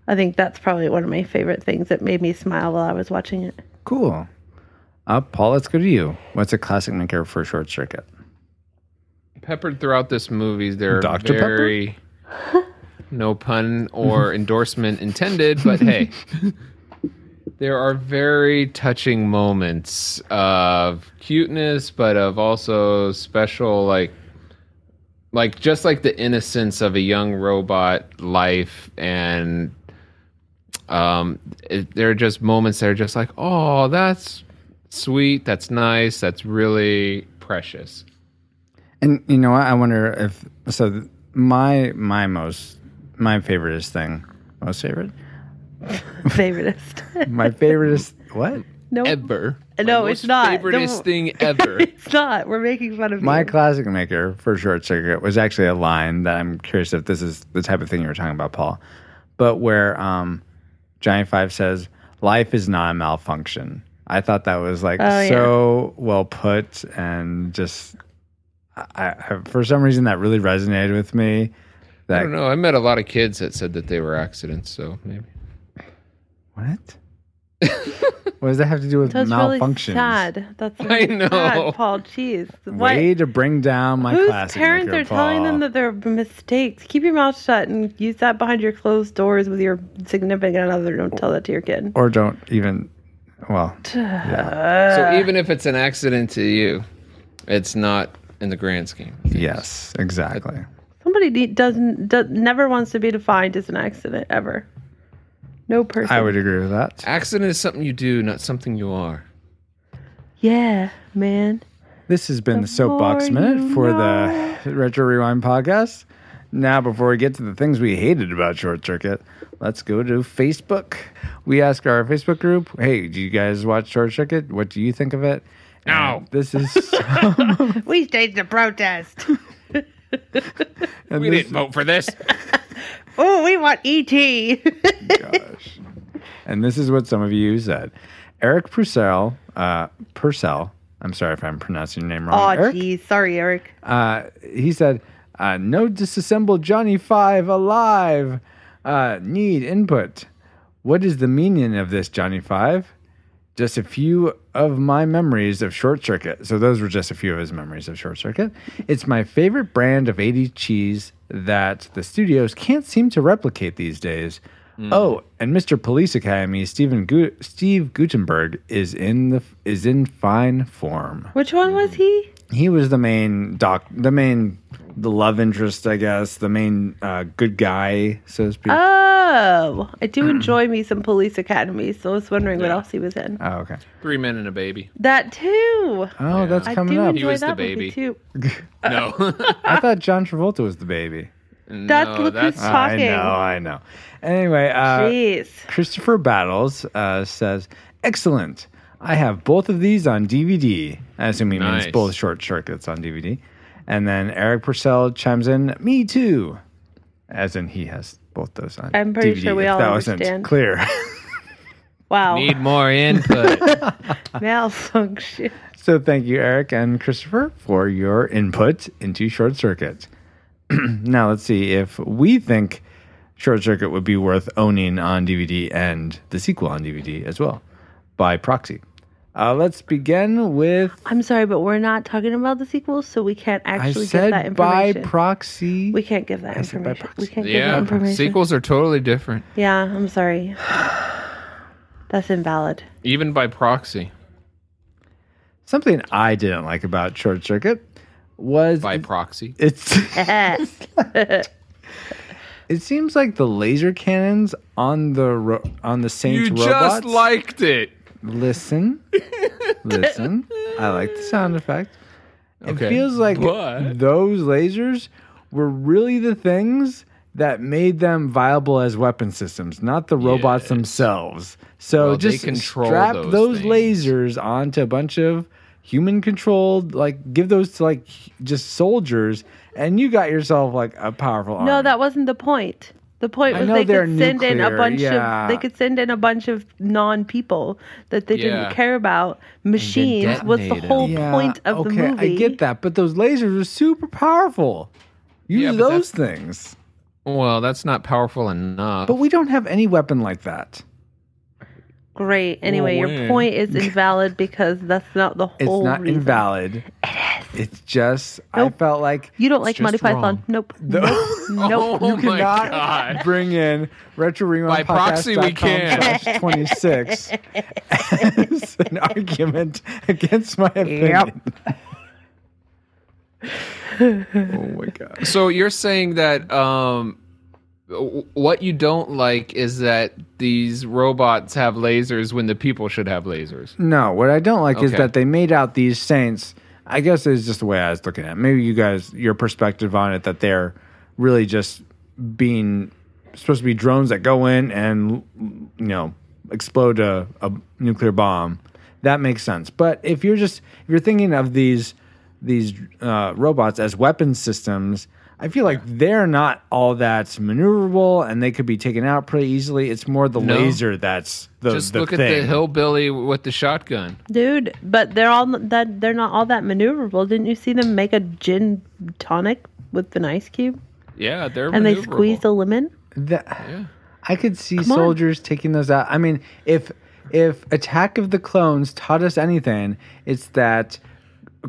Speaker 4: I think that's probably one of my favorite things that made me smile while I was
Speaker 1: [LAUGHS]
Speaker 4: watching it.
Speaker 1: Cool. Uh, Paul, let's go to you. What's a classic maker for short circuit?
Speaker 3: peppered throughout this movie there are
Speaker 1: Dr. Pepper?
Speaker 3: very no pun or endorsement intended but hey there are very touching moments of cuteness but of also special like like just like the innocence of a young robot life and um it, there are just moments that are just like oh that's sweet that's nice that's really precious
Speaker 1: And you know what? I wonder if so. th- My my most my favoriteest thing, most favorite,
Speaker 4: Favoritist. [LAUGHS]
Speaker 1: my favoriteest what?
Speaker 4: no,
Speaker 3: Ever.
Speaker 4: Uh, no,
Speaker 3: My
Speaker 4: it's
Speaker 3: most
Speaker 4: not.
Speaker 3: Favoriteest
Speaker 4: Don't-
Speaker 3: thing
Speaker 4: [LAUGHS]
Speaker 3: ever.
Speaker 4: it's not. We're making fun of
Speaker 1: My
Speaker 4: you.
Speaker 1: classic maker for short circuit was actually a line that I'm curious if this is the type of thing you were talking about, Paul. But where um, Johnny Five says, "Life is not a malfunction." I thought that was like
Speaker 4: Oh, yeah.
Speaker 1: so well put and just, I, I, for some reason that really resonated with me. That
Speaker 3: I don't know. I met a lot of kids that said that they were accidents, so maybe.
Speaker 1: What? what does that have to do with
Speaker 4: That's
Speaker 1: malfunctions?
Speaker 4: really sad. That's
Speaker 3: [LAUGHS] I
Speaker 4: really
Speaker 3: know.
Speaker 4: sad, Paul. Jeez, what?
Speaker 1: Way to bring down my
Speaker 4: Whose
Speaker 1: classic
Speaker 4: parents
Speaker 1: maker,
Speaker 4: are telling them
Speaker 1: Paul.
Speaker 4: that they're mistakes? Keep your mouth shut and use that behind your closed doors with your significant other. Don't tell that to your kid.
Speaker 1: or don't even. Well,
Speaker 4: Uh.
Speaker 3: so even if it's an accident to you, it's not in the grand scheme.
Speaker 1: yes, exactly.
Speaker 4: Somebody de- doesn't does, never wants to be defined as an accident ever. No person.
Speaker 1: I would agree with that.
Speaker 3: Accident is something you do, not something you are.
Speaker 4: Yeah, man.
Speaker 1: This has been the, soapbox
Speaker 4: more
Speaker 1: minute
Speaker 4: you
Speaker 1: for the Retro Rewind podcast. Now, before we get to the things we hated about Short Circuit, let's go to Facebook. We ask our Facebook group, "Hey, do you guys watch Short Circuit? What do you think of it?"
Speaker 3: No.
Speaker 1: And this
Speaker 3: [LAUGHS]
Speaker 1: is
Speaker 4: We staged a protest. [LAUGHS]
Speaker 1: and
Speaker 3: We
Speaker 1: this-
Speaker 3: didn't vote for this.
Speaker 4: oh, we want ET.
Speaker 1: gosh. And this is what some of you said. Eric Purcell, uh, Purcell, I'm sorry if I'm pronouncing your name
Speaker 4: oh,
Speaker 1: wrong. Eric,
Speaker 4: geez. Sorry, Eric.
Speaker 1: uh, he said, uh, no disassembled Johnny Five alive. Uh, need input. What is the meaning of this, Johnny Five? Just a few of my memories of Short Circuit. So those were just a few of his memories of Short Circuit. It's my favorite brand of 80 cheese that the studios can't seem to replicate these days. Oh, and Mr. Police Academy Stephen Gu- Steve Gutenberg is in the is in fine form
Speaker 4: Which one was he?
Speaker 1: he was the main doc, the main the love interest, I guess, the main uh, good guy, so to
Speaker 4: Uh,
Speaker 1: speak.
Speaker 4: Oh, I
Speaker 1: [CLEARS THROAT]
Speaker 4: do enjoy me some Police Academy, so I was wondering what else he was in.
Speaker 1: oh, okay.
Speaker 3: Three men and a baby.
Speaker 4: That too.
Speaker 1: Oh, that's
Speaker 4: I
Speaker 1: coming
Speaker 4: do
Speaker 1: up.
Speaker 4: enjoy
Speaker 3: He was the
Speaker 4: that movie
Speaker 3: baby.
Speaker 4: too. Uh, [LAUGHS]
Speaker 3: No.
Speaker 1: I thought John Travolta was the baby. Uh,
Speaker 4: That's
Speaker 3: no,
Speaker 4: look who's
Speaker 3: that's
Speaker 1: I
Speaker 4: talking.
Speaker 1: know, I know. Anyway, uh,
Speaker 4: Jeez.
Speaker 1: Christopher Battles uh, says, "Excellent. I have both of these on DVD. I assume he
Speaker 3: Nice.
Speaker 1: means both short circuits on DVD." And then Eric Purcell chimes in, "Me too," as in he has both those on.
Speaker 4: I'm pretty
Speaker 1: DVD,
Speaker 4: sure we
Speaker 1: if
Speaker 4: all
Speaker 1: that wasn't
Speaker 4: understand.
Speaker 1: clear. [LAUGHS]
Speaker 4: Wow. [LAUGHS]
Speaker 3: need more input.
Speaker 4: Malfunction.
Speaker 1: So thank you, Eric and Christopher, for your input into Short Circuit. [CLEARS THROAT] now let's see if we think Short Circuit would be worth owning on DVD and the sequel on DVD as well by proxy. Uh, let's begin with
Speaker 4: I'm sorry, but we're not talking about the sequels, so we can't
Speaker 1: I
Speaker 4: actually give that
Speaker 1: said by
Speaker 4: information.
Speaker 1: proxy.
Speaker 4: we can't give that
Speaker 1: I said by
Speaker 4: information. We
Speaker 1: proxy.
Speaker 4: can't give that
Speaker 3: yeah.
Speaker 4: information.
Speaker 3: Sequels are totally different,
Speaker 4: Yeah,
Speaker 1: [SIGHS]
Speaker 4: I'm sorry. That's invalid.
Speaker 3: even by proxy.
Speaker 1: Something I didn't like about Short Circuit was
Speaker 3: By proxy.
Speaker 4: [LAUGHS]
Speaker 1: it's
Speaker 4: Eh.
Speaker 1: it seems like the laser cannons on the ro- on the Saints
Speaker 3: You
Speaker 1: robots.
Speaker 3: just liked it. [LAUGHS]
Speaker 1: Listen. Listen. I like the sound effect.
Speaker 3: Okay.
Speaker 1: It feels like
Speaker 3: But-
Speaker 1: those lasers were really the things that made them viable as weapon systems, not the robots themselves. So
Speaker 3: Well, they
Speaker 1: just
Speaker 3: control
Speaker 1: strap
Speaker 3: those
Speaker 1: those,
Speaker 3: things.
Speaker 1: lasers onto a bunch of human controlled, like give those to like just soldiers, and you got yourself like a powerful army.
Speaker 4: No, that wasn't the point. The point
Speaker 1: I
Speaker 4: was
Speaker 1: know
Speaker 4: they
Speaker 1: they're
Speaker 4: could send in a
Speaker 1: nuclear,
Speaker 4: bunch
Speaker 1: yeah.
Speaker 4: of they could send in a bunch of non people that they
Speaker 3: Yeah.
Speaker 4: didn't care about. Machines was the
Speaker 3: detonate 'em.
Speaker 4: whole point of
Speaker 1: okay,
Speaker 4: the movie.
Speaker 1: I get that, but those lasers are super powerful. Use
Speaker 3: Yeah, but
Speaker 1: those things.
Speaker 3: Well, that's not powerful enough.
Speaker 1: But we don't have any weapon like that.
Speaker 4: Great. Anyway,
Speaker 3: Well,
Speaker 4: your
Speaker 3: when?
Speaker 1: [LAUGHS]
Speaker 4: point is invalid because that's not the
Speaker 1: It's
Speaker 4: whole.
Speaker 1: not
Speaker 4: reason.
Speaker 1: invalid. It is. It's just I
Speaker 4: Nope.
Speaker 1: felt like
Speaker 4: You don't like
Speaker 1: just
Speaker 4: Monty
Speaker 1: wrong.
Speaker 4: Python?
Speaker 1: [LAUGHS]
Speaker 4: Nope. Nope.
Speaker 3: [LAUGHS] Oh
Speaker 4: nope.
Speaker 1: You
Speaker 3: my
Speaker 1: cannot
Speaker 3: God.
Speaker 1: bring in retro
Speaker 3: By
Speaker 1: rewind
Speaker 3: proxy, we can. [LAUGHS]
Speaker 1: twenty six as an argument against my opinion.
Speaker 3: [LAUGHS]
Speaker 1: oh my god!
Speaker 3: So you're saying that um, w- what you don't like is that these robots have lasers when the people should have lasers.
Speaker 1: No, what I don't like is
Speaker 3: Okay.
Speaker 1: that they made out these saints I guess it's just the way I was looking at it. Maybe you guys, your perspective on it, that they're really just being supposed to be drones that go in and, you know, explode a, a nuclear bomb. That makes sense. But if you're just, if you're thinking of these, these uh, robots as weapon systems, I feel like they're not all that maneuverable and they could be taken out pretty easily. It's more the
Speaker 3: No.
Speaker 1: laser that's the,
Speaker 3: Just
Speaker 1: the
Speaker 3: look
Speaker 1: thing.
Speaker 3: at the hillbilly with the shotgun.
Speaker 4: dude. But they're all that they're not all that maneuverable. Didn't you see them make a gin tonic with an ice cube
Speaker 3: Yeah, they're
Speaker 4: and they squeezed a lemon?
Speaker 1: That- I could see
Speaker 4: on.
Speaker 1: soldiers taking those out. I mean, if if Attack of the Clones taught us anything, it's that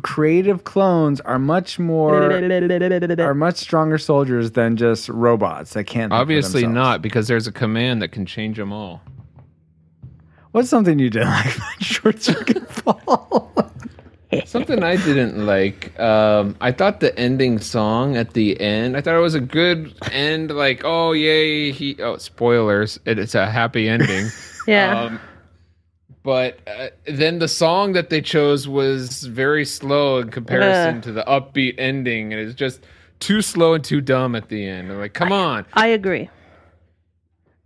Speaker 1: creative clones are much
Speaker 4: [LAUGHS]
Speaker 1: more are much stronger soldiers than just robots that can't. think for
Speaker 3: Obviously
Speaker 1: themselves.
Speaker 3: not, because there's a command that can change them all.
Speaker 1: What's something you did [LAUGHS] like short circuit [LAUGHS] fall?
Speaker 3: Something I didn't like. Um, I thought the ending song at the end. I thought it was a good end. Like, oh yay, he. Oh, spoilers! It, it's a happy ending.
Speaker 4: Yeah.
Speaker 1: Uh,
Speaker 3: Um, but uh, then the song that they chose was very slow in comparison
Speaker 4: Ugh.
Speaker 3: to the upbeat ending, and it's just too slow and too dumb at the end. I'm like, come on!
Speaker 4: I agree.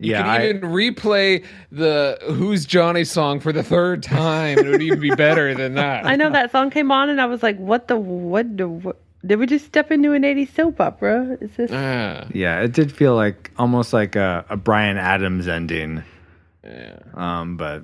Speaker 3: You
Speaker 1: yeah,
Speaker 3: can
Speaker 1: I-
Speaker 3: even replay the "Who's Johnny" song for the third time. It would even be better than that.
Speaker 4: [LAUGHS] I know that song came on and I was like, what the what the what? Did we just step into an 80s soap opera? Is this
Speaker 3: Ah,
Speaker 1: yeah, it did feel like almost like a, a Brian Adams ending.
Speaker 3: yeah.
Speaker 1: Um, but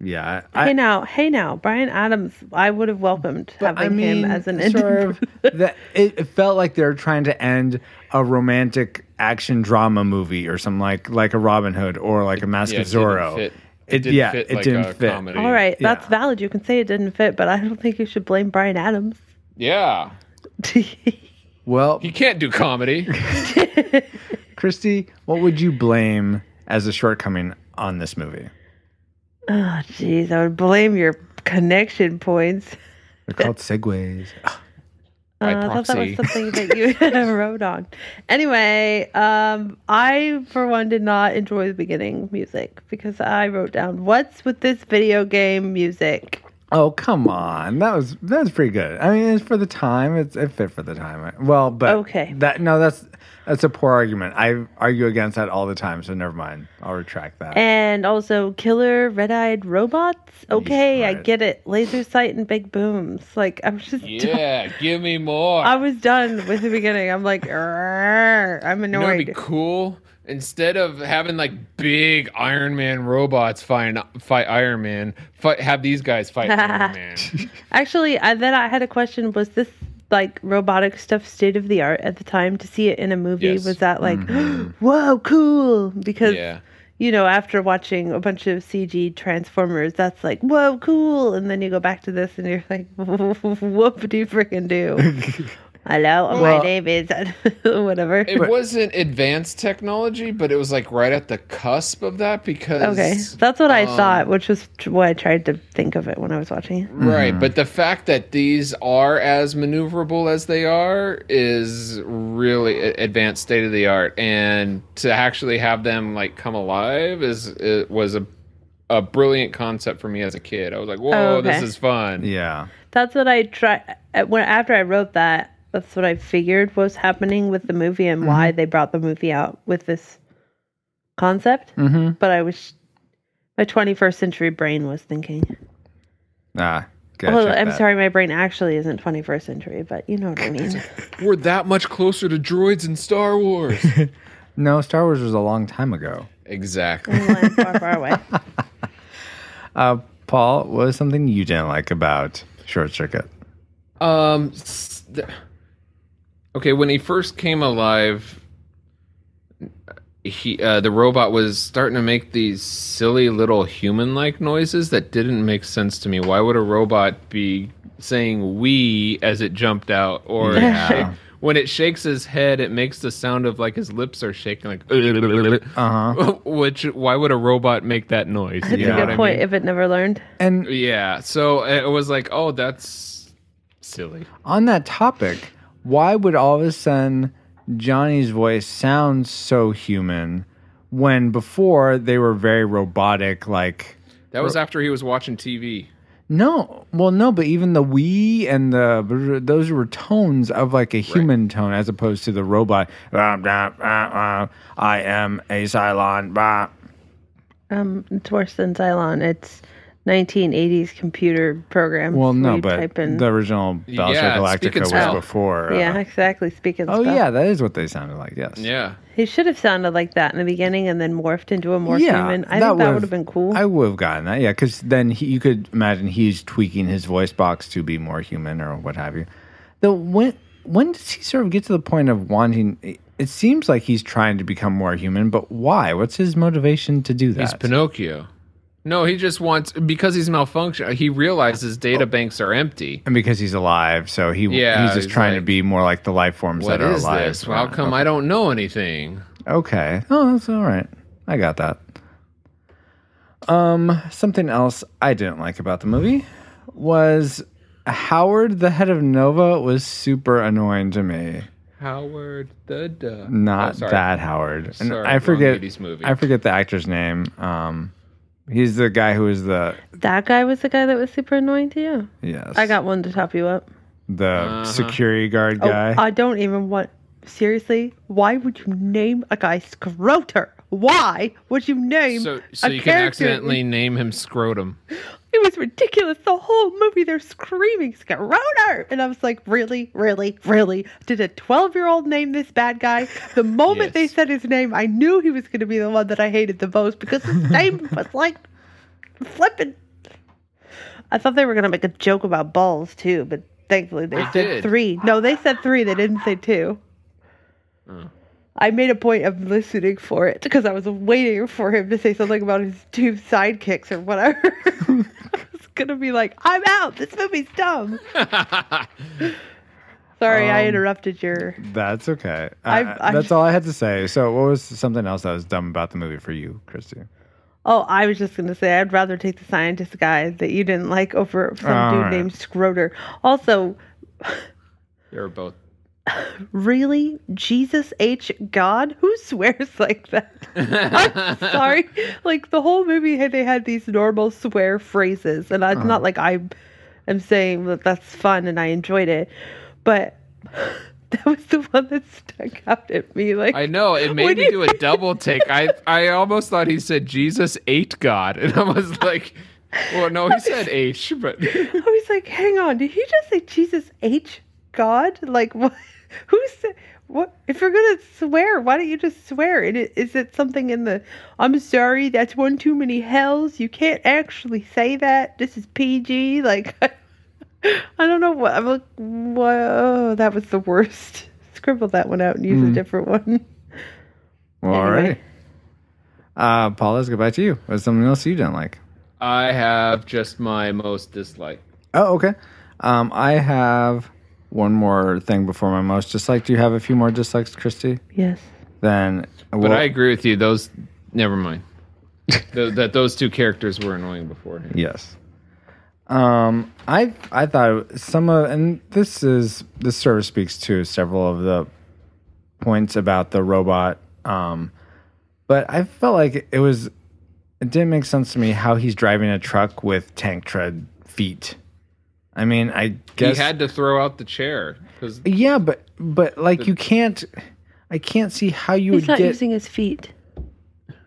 Speaker 1: yeah, I,
Speaker 4: Hey now, hey now, Brian Adams. I would have welcomed
Speaker 1: But,
Speaker 4: having him as an
Speaker 1: sort of, [LAUGHS] that it, it felt like they were trying to end a romantic action drama movie or something like like a Robin Hood or like a Mask
Speaker 3: Yeah,
Speaker 1: of
Speaker 3: it didn't
Speaker 1: Zorro.
Speaker 3: fit-
Speaker 1: It-
Speaker 3: didn't
Speaker 1: yeah,
Speaker 3: fit
Speaker 1: it
Speaker 3: like
Speaker 1: didn't
Speaker 3: a
Speaker 1: fit.
Speaker 3: comedy.
Speaker 4: [LAUGHS] All right, that's
Speaker 1: Yeah.
Speaker 4: valid. You can say it didn't fit, but I don't think you should blame Brian Adams. [LAUGHS]
Speaker 3: Yeah.
Speaker 1: Well,
Speaker 3: He can't do comedy.
Speaker 4: Uh,
Speaker 1: Christy, what would you blame as a shortcoming on this movie?
Speaker 4: Oh, jeez, I would blame your connection points.
Speaker 1: They're called segues.
Speaker 4: Uh,
Speaker 3: By
Speaker 4: I thought that
Speaker 3: proxy.
Speaker 4: was something
Speaker 1: [LAUGHS]
Speaker 4: that you [LAUGHS] wrote on. Anyway, um, I for one did not enjoy the beginning music because I wrote down what's with this video game music.
Speaker 1: Oh come on, that was that was pretty good. I mean, it's for the time. It's it fit for the time. Well, but
Speaker 4: Okay.
Speaker 1: That no, that's that's a poor argument. I argue against that all the time. So never mind. I'll retract that.
Speaker 4: And also killer red-eyed robots. Okay, I
Speaker 1: right.
Speaker 4: get it. Laser sight and big booms. Like I'm just done.
Speaker 3: yeah, give me more.
Speaker 4: I was done with the beginning. I'm like, "Arrgh," I'm
Speaker 3: you know what'd be
Speaker 4: annoyed.
Speaker 3: cool? Instead of having like big Iron Man robots fight fight Iron Man, fight, have these guys fight
Speaker 4: [LAUGHS]
Speaker 3: Iron Man.
Speaker 4: Actually, I, then I had a question: Was this like robotic stuff state of the art at the time? To see it in a movie,
Speaker 3: Yes. Mm-hmm.
Speaker 4: was that like, [GASPS] whoa, cool? Because
Speaker 3: Yeah.
Speaker 4: you know, after watching a bunch of CG Transformers, that's like, whoa, cool. And then you go back to this, and you're like, [LAUGHS] whoop, do you freaking do? Hello, my
Speaker 1: Well-
Speaker 4: name is [LAUGHS] whatever.
Speaker 3: It wasn't advanced technology, but it was like right at the cusp of that because
Speaker 4: okay, that's what I thought, which was tr- what I tried to think of it when I was watching. it.
Speaker 3: Right, but the fact that these are as maneuverable as they are is really a- advanced state of the art, and to actually have them like come alive is it was a a brilliant concept for me as a kid. I was like, "Whoa,
Speaker 4: Oh, okay.
Speaker 3: this is fun!"
Speaker 1: yeah.
Speaker 4: That's what I try. uh, When after I wrote that, that's what I figured was happening with the movie and why they brought the movie out with this concept. Mm-hmm. But I was my 21st century brain was thinking.
Speaker 1: Ah, gotcha.
Speaker 4: Well, I'm sorry, my brain actually isn't 21st century, but you know what I mean. [LAUGHS]
Speaker 3: We're that much closer to droids and
Speaker 1: [LAUGHS]
Speaker 3: Star Wars.
Speaker 1: No, Star Wars was a long time ago.
Speaker 3: exactly.
Speaker 4: Flying far,
Speaker 1: [LAUGHS]
Speaker 4: far away.
Speaker 1: Paul, what was something you didn't like about Short Circuit?
Speaker 3: Um. s- th- Okay, when he first came alive, he uh, the robot was starting to make these silly little human-like noises that didn't make sense to me. Why would a robot be saying "we" as it jumped out, or
Speaker 1: Yeah.
Speaker 3: shake, when it shakes his head, it makes the sound of like his lips are shaking, like. [LAUGHS] Which why would a robot make that noise?
Speaker 4: That's
Speaker 1: Yeah.
Speaker 4: a
Speaker 1: what
Speaker 4: good
Speaker 1: Uh-huh. I
Speaker 4: point. If it never learned,
Speaker 1: And
Speaker 3: Yeah, so it was like, oh, that's silly.
Speaker 1: on that topic, why would all of a sudden Johnny's voice sound so human when before they were very robotic? Like,
Speaker 3: That was after he was watching TV.
Speaker 1: No, well, no, but even the we and the those were tones of like a human tone as opposed to the robot. "Bah, bah, bah, bah, I am a Cylon. bah."
Speaker 4: Um, it's worse than Cylon. It's 1980s computer program.
Speaker 1: Well, no, but
Speaker 4: in,
Speaker 1: the original Battlestar
Speaker 3: Yeah,
Speaker 1: Galactica
Speaker 3: speak and
Speaker 1: was
Speaker 3: spell.
Speaker 1: before. uh,
Speaker 4: yeah, exactly. Speaking.
Speaker 1: Oh yeah, that is what they sounded like. Yes.
Speaker 3: Yeah.
Speaker 4: He should have sounded like that in the beginning and then morphed into a more human. I think that would have been cool.
Speaker 1: I would have gotten that, yeah, because then he, you could imagine he's tweaking his voice box to be more human or what have you. Though when when does he sort of get to the point of wanting? It, it seems like he's trying to become more human, but why? What's his motivation to do that?
Speaker 3: He's Pinocchio. No, he just wants because he's malfunctioning. He realizes data banks are empty.
Speaker 1: and because he's alive, so he
Speaker 3: Yeah,
Speaker 1: he's just
Speaker 3: he's
Speaker 1: trying to
Speaker 3: like,
Speaker 1: be more like the life forms that
Speaker 3: What
Speaker 1: are
Speaker 3: is
Speaker 1: alive. uh,
Speaker 3: this? Well, how come I don't know anything?
Speaker 1: Okay. Oh, that's all right. I got that. Um, something else I didn't like about the movie was Howard, the head of Nova, was super annoying to me.
Speaker 3: Howard the Duck.
Speaker 1: Not
Speaker 3: Oh, sorry.
Speaker 1: that Howard. And
Speaker 3: Sorry,
Speaker 1: I
Speaker 3: wrong
Speaker 1: forget.
Speaker 3: 80s movie.
Speaker 1: I forget the actor's name. Um, he's the guy who is the
Speaker 4: that guy was the guy that was super annoying to you.
Speaker 1: yes.
Speaker 4: I got one to top you up.
Speaker 1: the
Speaker 3: Uh-huh.
Speaker 1: security guard guy.
Speaker 4: Oh, I don't even want. Seriously, why would you name a guy Scroter? Why would you name
Speaker 3: So, so
Speaker 4: a
Speaker 3: you can
Speaker 4: character?
Speaker 3: accidentally name him Scrotum.
Speaker 4: It was ridiculous. The whole movie, they're screaming Scroter, and I was like, really, really, really? Did a twelve-year-old name this bad guy? The moment they
Speaker 3: Yes.
Speaker 4: said his name, I knew he was going to be the one that I hated the most because his name was like flipping. I thought they were going to make a joke about balls too, but thankfully they,
Speaker 3: They
Speaker 4: said
Speaker 3: did.
Speaker 4: three. No, they said three. They didn't say two.
Speaker 3: Oh.
Speaker 4: I made a point of listening for it because I was waiting for him to say something about his two sidekicks or whatever. [LAUGHS] I was gonna be like, "I'm out. This movie's
Speaker 3: [LAUGHS]
Speaker 4: dumb." Sorry,
Speaker 3: Um,
Speaker 4: I interrupted your.
Speaker 1: that's okay.
Speaker 4: I-
Speaker 1: Uh,
Speaker 4: I-
Speaker 1: that's all I had to say. So, what was something else that was dumb about the movie for you, Christy?
Speaker 4: Oh, I was just gonna say I'd rather take the scientist guy that you didn't like over some
Speaker 1: All
Speaker 4: dude
Speaker 1: right.
Speaker 4: named Scroter. Also,
Speaker 3: They were both.
Speaker 4: really, Jesus H. God, who swears [LAUGHS] like that? I'm sorry. Like the whole movie, had- they had these normal swear phrases, and it's not like I am saying that that's fun and I enjoyed it, but [LAUGHS] that was the one that stuck out at me. Like
Speaker 3: I know [LAUGHS] it made
Speaker 4: When
Speaker 3: me
Speaker 4: you-
Speaker 3: do a [LAUGHS] double take. I I almost thought he said Jesus ate God, [LAUGHS] and I was like, well, no, he said H, but
Speaker 4: [LAUGHS] I was like, hang on, did he just say Jesus H God? Like what? [LAUGHS] Who said what? If you're gonna swear, why don't you just swear? And it, is it something in the? I'm sorry, that's one too many hells. You can't actually say that. This is PG. [LAUGHS] Like I don't know what. I'm like, whoa, that was the worst. [LAUGHS] Scribble that one out and
Speaker 1: Mm.
Speaker 4: use a
Speaker 1: [LAUGHS]
Speaker 4: different one.
Speaker 1: Well, all right.
Speaker 4: Anyway.
Speaker 1: Uh, Paul, let's go back to you. What's something else you didn't like?
Speaker 3: I have just my most dislike.
Speaker 1: Oh, okay. Um, I have one more thing before my most dislike. Do you have a few more dislikes, Christy?
Speaker 4: Yes.
Speaker 1: Then,
Speaker 3: But I agree with you. Those, never mind. [LAUGHS] Th- that those two characters were annoying beforehand.
Speaker 1: yes. Um, I I thought some of, and this is this sort of speaks to several of the points about the robot. Um, but I felt like it was it didn't make sense to me how he's driving a truck with tank tread feet. I mean, I guess
Speaker 3: He had to throw out the chair because
Speaker 1: Yeah, but but like you can't. I can't see how you
Speaker 4: He's
Speaker 1: would
Speaker 4: not
Speaker 1: get.
Speaker 4: using his feet.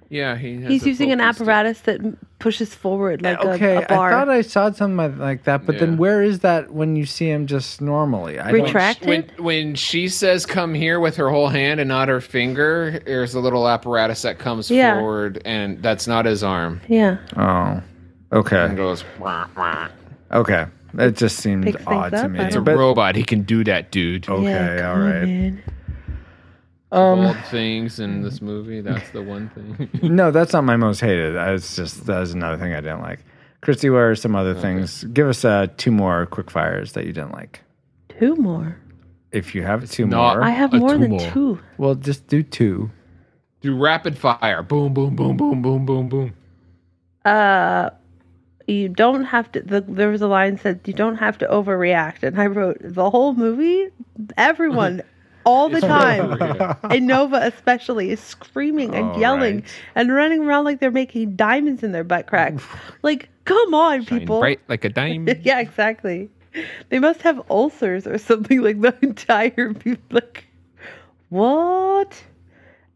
Speaker 3: yeah, he has
Speaker 4: He's
Speaker 3: a
Speaker 4: using an
Speaker 3: focal stick.
Speaker 4: apparatus that pushes forward like
Speaker 1: okay,
Speaker 4: a,
Speaker 1: I
Speaker 4: a bar.
Speaker 1: thought I saw something like that, but then
Speaker 3: Yeah.
Speaker 1: where is that when you see him just normally? I don't-
Speaker 4: Retract.
Speaker 3: When,
Speaker 4: Acted?
Speaker 3: when she says "come here" with her whole hand and not her finger, there's a little apparatus that comes
Speaker 4: Yeah.
Speaker 3: forward, and that's not his arm.
Speaker 4: yeah.
Speaker 1: Oh,
Speaker 3: It
Speaker 1: okay,
Speaker 3: goes. "Wah, wah."
Speaker 1: okay. It just seemed
Speaker 4: Picks things
Speaker 1: odd to
Speaker 4: up,
Speaker 1: me.
Speaker 4: I
Speaker 3: It's a
Speaker 4: But-
Speaker 3: robot. He can do that, dude.
Speaker 1: okay,
Speaker 4: Yeah,
Speaker 1: all
Speaker 4: come on,
Speaker 1: right.
Speaker 4: man.
Speaker 3: All things in this movie. That's the one thing. [LAUGHS]
Speaker 1: No, that's not my most hated. That's just that was another thing I didn't like. Christy, what are some other things? Give us uh, two more quick fires that you didn't like.
Speaker 4: Two more.
Speaker 1: If you have two
Speaker 3: not-
Speaker 1: more,
Speaker 4: I have
Speaker 3: A
Speaker 4: more than
Speaker 3: two-more.
Speaker 4: two.
Speaker 1: well, just do two.
Speaker 3: do rapid fire. Boom, boom, boom, boom, boom, boom, boom.
Speaker 4: Uh, you don't have to. The, there was a line said you don't have to overreact, and I wrote the whole movie. Everyone all the
Speaker 3: It's
Speaker 4: time.
Speaker 3: really
Speaker 4: [LAUGHS]
Speaker 3: good.
Speaker 4: and Nova especially is screaming and
Speaker 1: All
Speaker 4: yelling
Speaker 1: right.
Speaker 4: and running around like they're making diamonds in their butt crack. like, come on,
Speaker 3: Shine
Speaker 4: people.
Speaker 3: bright like a dime.
Speaker 4: [LAUGHS] yeah, exactly. They must have ulcers or something [LAUGHS] like the entire [LAUGHS] people. Like, what?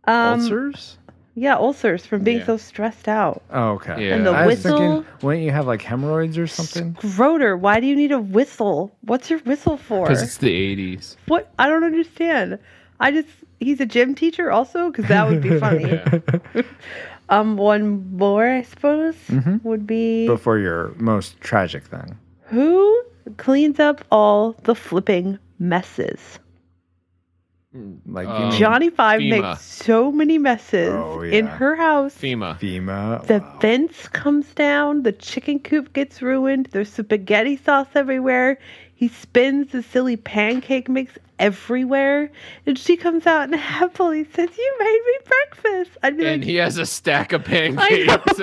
Speaker 4: Um,
Speaker 1: Ulcers?
Speaker 4: Yeah, ulcers from being
Speaker 3: Yeah.
Speaker 4: so stressed out.
Speaker 1: Oh, okay.
Speaker 3: Yeah. And the
Speaker 1: I was
Speaker 4: whistle?
Speaker 1: thinking, wouldn't you have like hemorrhoids or something?
Speaker 4: Groder, why do you need a whistle? What's your whistle for?
Speaker 3: Because it's the '80s.
Speaker 4: What? I don't understand. I just he's a gym teacher also because that
Speaker 3: [LAUGHS]
Speaker 4: would be funny.
Speaker 3: Yeah.
Speaker 4: [LAUGHS]
Speaker 3: Mm-hmm.
Speaker 4: Um, one more I suppose would be
Speaker 1: Before your most tragic thing.
Speaker 4: who cleans up all the flipping messes.
Speaker 1: Like
Speaker 3: Um,
Speaker 1: you
Speaker 4: Johnny Five
Speaker 3: FEMA.
Speaker 4: makes so many messes
Speaker 1: Oh,
Speaker 4: in
Speaker 1: yeah.
Speaker 4: her house.
Speaker 3: FEMA.
Speaker 1: mean FEMA.
Speaker 4: The fence comes down, the chicken coop gets ruined, there's spaghetti sauce everywhere. He spins the silly pancake mix everywhere. And she comes out and happily says, You made me breakfast. I'd be
Speaker 3: And
Speaker 4: like,
Speaker 3: he has a stack
Speaker 4: [LAUGHS]
Speaker 3: of
Speaker 4: I know.
Speaker 3: pancakes.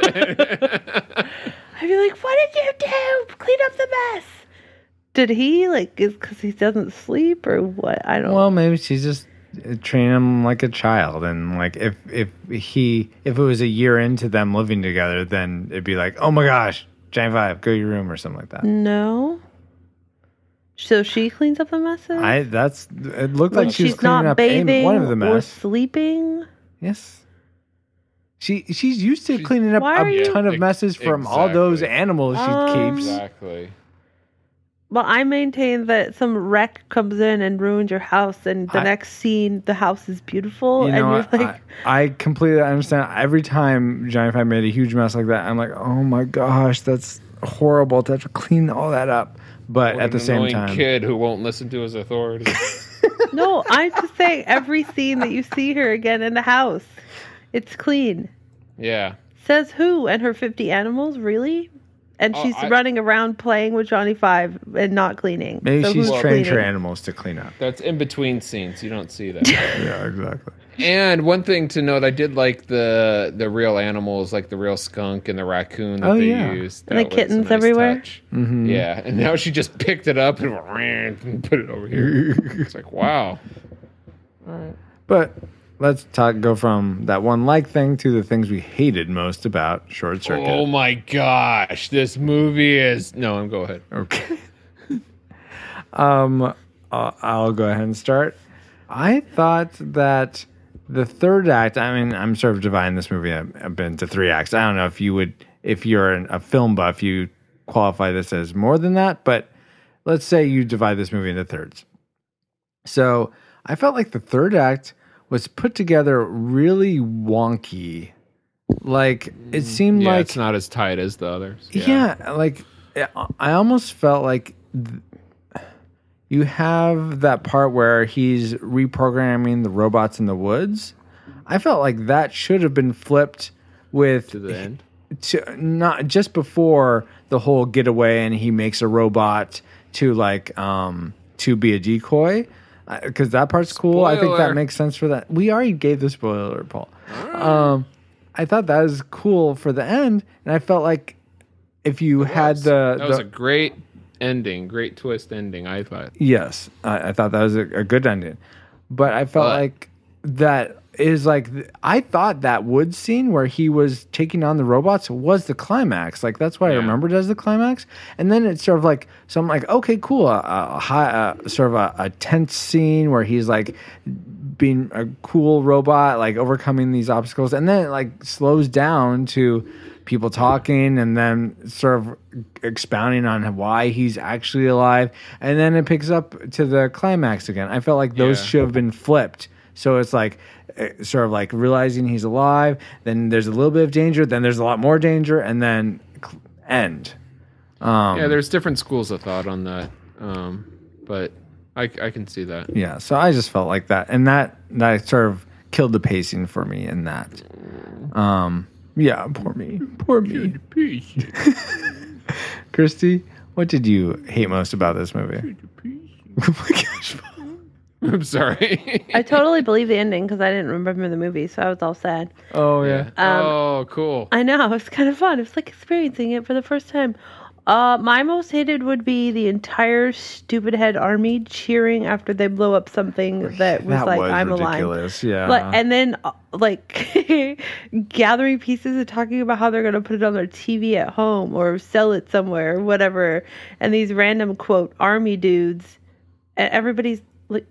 Speaker 4: I'd be like, What did you do? Clean up the mess. Did he like is cause he doesn't sleep or what? I don't
Speaker 1: Well, maybe she's just uh, treating him like a child, and like if if he if it was a year into them living together, then it'd be like, oh my gosh, Giant Five, go to your room or something like that.
Speaker 4: Mm-hmm. know. So she cleans up the messes?
Speaker 1: I that's it looked
Speaker 4: when
Speaker 1: like she was
Speaker 4: she's
Speaker 1: cleaning
Speaker 4: not
Speaker 1: up a-
Speaker 4: bathing
Speaker 1: one of the
Speaker 4: or
Speaker 1: mess.
Speaker 4: sleeping.
Speaker 1: Yes. She she's used to cleaning up
Speaker 4: Why are
Speaker 1: a
Speaker 4: you-
Speaker 1: ton of
Speaker 3: Ex-
Speaker 1: messes from all those
Speaker 3: exactly.
Speaker 1: animals she
Speaker 4: Um,
Speaker 1: keeps.
Speaker 3: exactly.
Speaker 4: Well, I maintain that some wreck comes in and ruins your house, and the
Speaker 1: I-
Speaker 4: next scene, the house is beautiful,
Speaker 1: You
Speaker 4: and
Speaker 1: know,
Speaker 4: you're like,
Speaker 1: I, I completely understand. Every time Giant Five made a huge mess like that, I'm like, oh my gosh, that's horrible to have to clean all that up. But at
Speaker 3: What an
Speaker 1: the same
Speaker 3: annoying
Speaker 1: time,
Speaker 3: kid who won't listen to his
Speaker 4: [LAUGHS]
Speaker 3: authority.
Speaker 4: no, I'm just saying every scene that you see her again in the house, it's clean.
Speaker 3: yeah.
Speaker 4: Says who and her 50 animals, really? And
Speaker 3: Oh,
Speaker 4: she's
Speaker 3: I-
Speaker 4: running around playing with Johnny Five and not cleaning.
Speaker 1: maybe
Speaker 4: So
Speaker 1: she's
Speaker 4: who's
Speaker 1: trained her
Speaker 4: cleaning?
Speaker 1: animals to clean up.
Speaker 3: That's in between scenes. You don't see that.
Speaker 1: Yeah, exactly.
Speaker 3: And one thing to note, I did like the the real animals, like the real skunk and the raccoon that
Speaker 1: Oh,
Speaker 3: they
Speaker 1: yeah.
Speaker 3: used.
Speaker 4: And the
Speaker 3: That was a
Speaker 4: kittens everywhere.
Speaker 3: touch. Yeah, and now she just picked it up and, and [LAUGHS] put it over here. it's like wow.
Speaker 1: But let's talk. Go from that one like thing to the things we hated most about Short Circuit.
Speaker 3: Oh my gosh, this movie is no. I'm go ahead.
Speaker 1: Okay. [LAUGHS] um, I- I'll go ahead and start. I thought that the third act. I mean, I'm sort of dividing this movie up up into three acts. I don't know if you would, if you're an, a film buff, you qualify this as more than that. But let's say you divide this movie into thirds. So I felt like the third act was put together really wonky. Like it seemed
Speaker 3: Yeah,
Speaker 1: like
Speaker 3: it's not as tight as the others.
Speaker 1: yeah, like I- I almost felt like th- you have that part where he's reprogramming the robots in the woods. I felt like that should have been flipped with
Speaker 3: to the end.
Speaker 1: to not just before the whole getaway and he makes a robot to like um to be a decoy because that part's cool i think that
Speaker 3: Spoiler.
Speaker 1: makes sense for that we already gave the spoiler paul um i thought that was cool for the end and i felt like if you had the,
Speaker 3: That was
Speaker 1: the-
Speaker 3: a great ending, great twist ending. I thought.
Speaker 1: Yes, I, I thought that was a, a good ending, but I felt
Speaker 3: But-
Speaker 1: like that is like th- I thought that wood scene where he was taking on the robots was the climax. Like that's why I
Speaker 3: Yeah.
Speaker 1: remembered it as the climax, and then it's sort of like so I'm like okay, cool, a, a high, a, sort of a, a tense scene where he's like being a cool robot, like overcoming these obstacles, and then it like slows down to people talking and then sort of expounding on why he's actually alive, and then it picks up to the climax again. I felt like those
Speaker 3: Yeah.
Speaker 1: should have been flipped. So it's like eh, sort of like realizing he's alive, then there's a little bit of danger, then there's a lot more danger, and then cl- end. Um,
Speaker 3: yeah, there's different schools of thought on that, um, but I, I can see that.
Speaker 1: Yeah, so I just felt like that, and that that sort of killed the pacing for me in that. Um, yeah, poor me, poor me. Christy, what did you hate most about this movie? [LAUGHS] oh my gosh,
Speaker 3: [LAUGHS] I'm sorry.
Speaker 4: I totally believe the ending because I didn't remember the movie, so I was all sad.
Speaker 1: oh yeah,
Speaker 3: [LAUGHS] oh, cool.
Speaker 4: [LAUGHS] I know. It was kind of fun. It was like experiencing it for the first time. Uh, my most hated would be the entire stupid head army cheering after they blow up something that was
Speaker 1: that
Speaker 4: like
Speaker 1: was
Speaker 4: I'm alive.
Speaker 1: ridiculous. Yeah.
Speaker 4: Like, and then uh, like [LAUGHS] gathering pieces and talking about how they're going to put it on their TV at home or sell it somewhere or whatever. And these random quote army dudes, and everybody's like,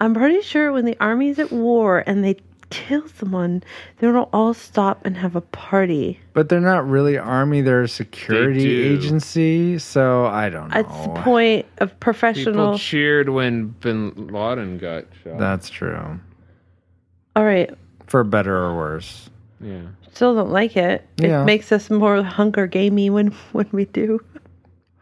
Speaker 4: I'm pretty sure when the army's at war and they kill someone, they don't all stop and have a party.
Speaker 1: but they're not really army; they're a security
Speaker 3: do.
Speaker 1: agency. So I don't know.
Speaker 4: That's the point of
Speaker 3: People
Speaker 4: professional.
Speaker 3: cheered when Bin Laden got shot.
Speaker 1: That's true.
Speaker 4: all right,
Speaker 1: For better or worse.
Speaker 3: yeah.
Speaker 4: still don't like it.
Speaker 1: Yeah.
Speaker 4: It makes us more Hunger Gamey when [LAUGHS] when we do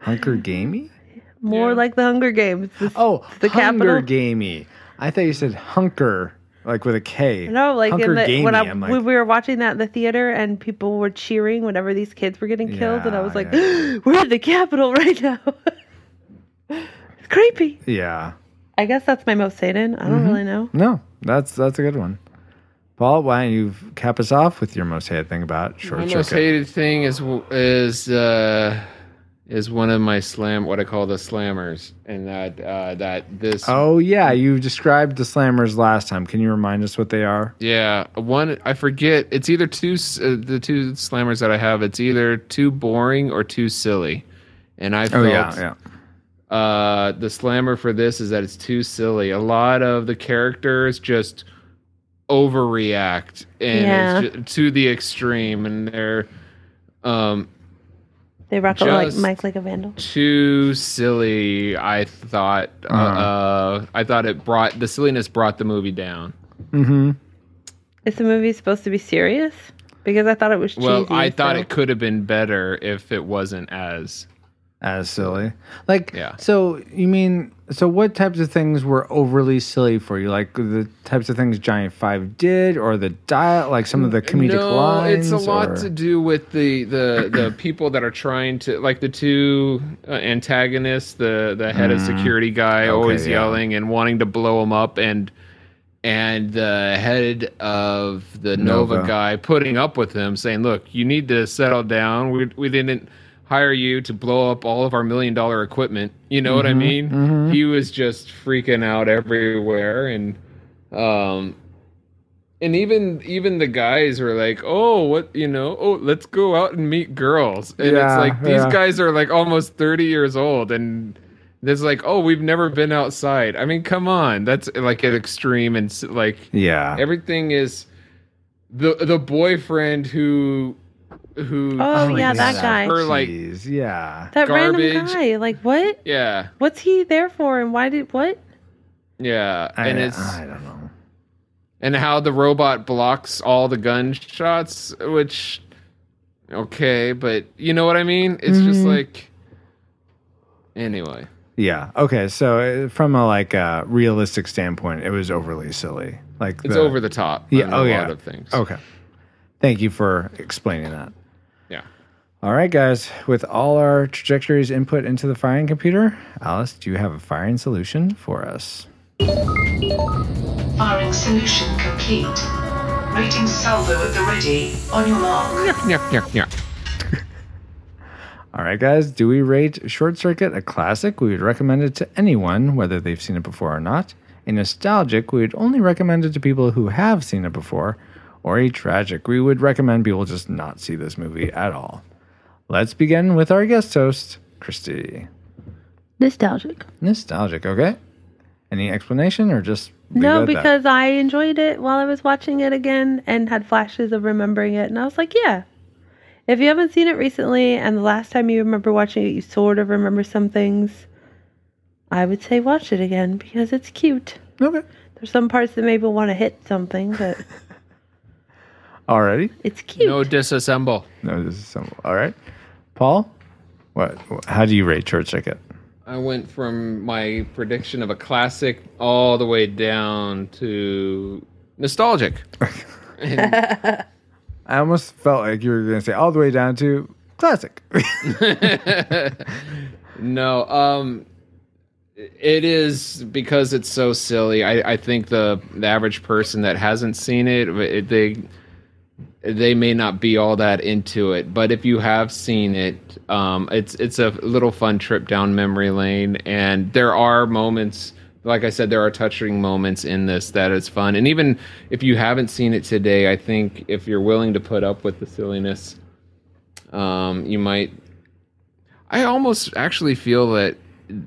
Speaker 1: Hunker Gamey?
Speaker 4: more
Speaker 3: Yeah.
Speaker 4: like the Hunger Games. This-
Speaker 1: Oh,
Speaker 4: the
Speaker 1: Hunger
Speaker 4: capital.
Speaker 1: Gamey. I thought you said Hunker, like with a K.
Speaker 4: No, like
Speaker 1: Hunker
Speaker 4: in the,
Speaker 1: Gamey.
Speaker 4: when I
Speaker 1: I'm like,
Speaker 4: when we were watching that in the theater and people were cheering whenever these kids were getting killed, and I
Speaker 1: Yeah,
Speaker 4: was like,
Speaker 1: yeah.
Speaker 4: [GASPS] "We're at the Capitol [LAUGHS] right now." it's creepy.
Speaker 1: yeah.
Speaker 4: I guess that's my most Satan. I don't
Speaker 1: Mm-hmm.
Speaker 4: really know.
Speaker 1: No, that's that's a good one. Paul, why don't you cap us off with your most hated thing about short
Speaker 3: My
Speaker 1: circuit?
Speaker 3: most hated thing is is uh, is one of my slam, what I call the slammers, and that uh, that this
Speaker 1: Oh yeah, you described the slammers last time. Can you remind us what they are?
Speaker 3: Yeah, one I forget. It's either two s- uh, the two slammers that I have. It's either too boring or too silly, and I felt uh, the slammer for this is that it's too silly. A lot of the characters just overreact and
Speaker 4: Yeah.
Speaker 3: it's ju- to the extreme, and they're um,
Speaker 4: They rock a like
Speaker 3: Just-
Speaker 4: Mike like a vandal.
Speaker 3: too silly. I thought uh, uh, I thought it brought the silliness brought the movie down.
Speaker 1: Mm-hmm.
Speaker 4: Is the movie supposed to be serious? Because I thought it was cheesy.
Speaker 3: Well, I thought
Speaker 4: so-
Speaker 3: it could have been better if it wasn't as
Speaker 1: As silly. Like
Speaker 3: Yeah.
Speaker 1: so you mean so what types of things were overly silly for you? Like the types of things Giant Five did or the diet like some of the comedic
Speaker 3: no,
Speaker 1: lines?
Speaker 3: it's a lot
Speaker 1: or-
Speaker 3: to do with the the
Speaker 1: [CLEARS THROAT]
Speaker 3: the people that are trying to like the two uh, antagonists, the the head of security guy always
Speaker 1: Mm. yeah.
Speaker 3: yelling and wanting to blow him up, and and the head of the Nova,
Speaker 1: Nova.
Speaker 3: guy putting up with him, saying, "Look, you need to settle down. We we didn't." Hire you to blow up all of our million dollar equipment. You know
Speaker 1: Mm-hmm,
Speaker 3: what I mean? He was just freaking out everywhere, and um, and even even the guys were like, "Oh, what you know? Oh, let's go out and meet girls." And
Speaker 1: Yeah,
Speaker 3: it's like these
Speaker 1: yeah.
Speaker 3: guys are like almost thirty years old, and it's like, "Oh, we've never been outside." I mean, come on, that's like an extreme, and s- like
Speaker 1: Yeah.
Speaker 3: everything is the the boyfriend who who
Speaker 4: Oh,
Speaker 1: my
Speaker 4: yeah, that
Speaker 1: God.
Speaker 4: guy.
Speaker 3: Or, like-
Speaker 1: Jeez, yeah.
Speaker 4: that random
Speaker 3: garbage.
Speaker 4: guy. Like what?
Speaker 3: yeah
Speaker 4: What's he there for? And why did what?
Speaker 3: yeah,
Speaker 1: I,
Speaker 3: and it's
Speaker 1: I don't know.
Speaker 3: and how the robot blocks all the gunshots, which okay, but you know what I mean? It's
Speaker 1: Mm-hmm.
Speaker 3: just like anyway.
Speaker 1: Yeah. Okay. So uh, from a like uh, realistic standpoint, it was overly silly. Like
Speaker 3: It's over the top.
Speaker 1: Yeah,
Speaker 3: on
Speaker 1: oh,
Speaker 3: a
Speaker 1: yeah.
Speaker 3: lot of things.
Speaker 1: Okay. Thank you for explaining that.
Speaker 3: Yeah.
Speaker 1: All right, guys. With all our trajectories input into the firing computer, Alice, do you have a firing solution for us?
Speaker 2: Firing solution complete. Rating salvo at the ready. On your mark.
Speaker 1: All right, guys. Do we rate Short Circuit a classic? We would recommend it to anyone, whether they've seen it before or not. A nostalgic, we would only recommend it to people who have seen it before. Or a tragic, we would recommend people just not see this movie at all. Let's begin with our guest host, Christy.
Speaker 4: Nostalgic.
Speaker 1: Nostalgic, okay? Any explanation or just. leave it
Speaker 4: No,
Speaker 1: at that?
Speaker 4: because I enjoyed it while I was watching it again and had flashes of remembering it. And I was like, yeah. If you haven't seen it recently and the last time you remember watching it, you sort of remember some things, I would say watch it again because it's cute.
Speaker 1: Okay.
Speaker 4: There's some parts that maybe want to hit something, but
Speaker 1: Alrighty.
Speaker 4: it's cute.
Speaker 3: No disassemble.
Speaker 1: No, this is simple. All right. Paul, what? How do you rate Short Circuit?
Speaker 3: I went from my prediction of a classic all the way down to nostalgic.
Speaker 1: [LAUGHS] I almost felt like you were going to say all the way down to classic. [LAUGHS]
Speaker 3: No, um it is because it's so silly. I, I think the, the average person that hasn't seen it, it, they they may not be all that into it, but if you have seen it, um, it's it's a little fun trip down memory lane, and there are moments. Like I said, there are touching moments in this that is fun, and even if you haven't seen it today, I think if you're willing to put up with the silliness, um, you might. I almost actually feel that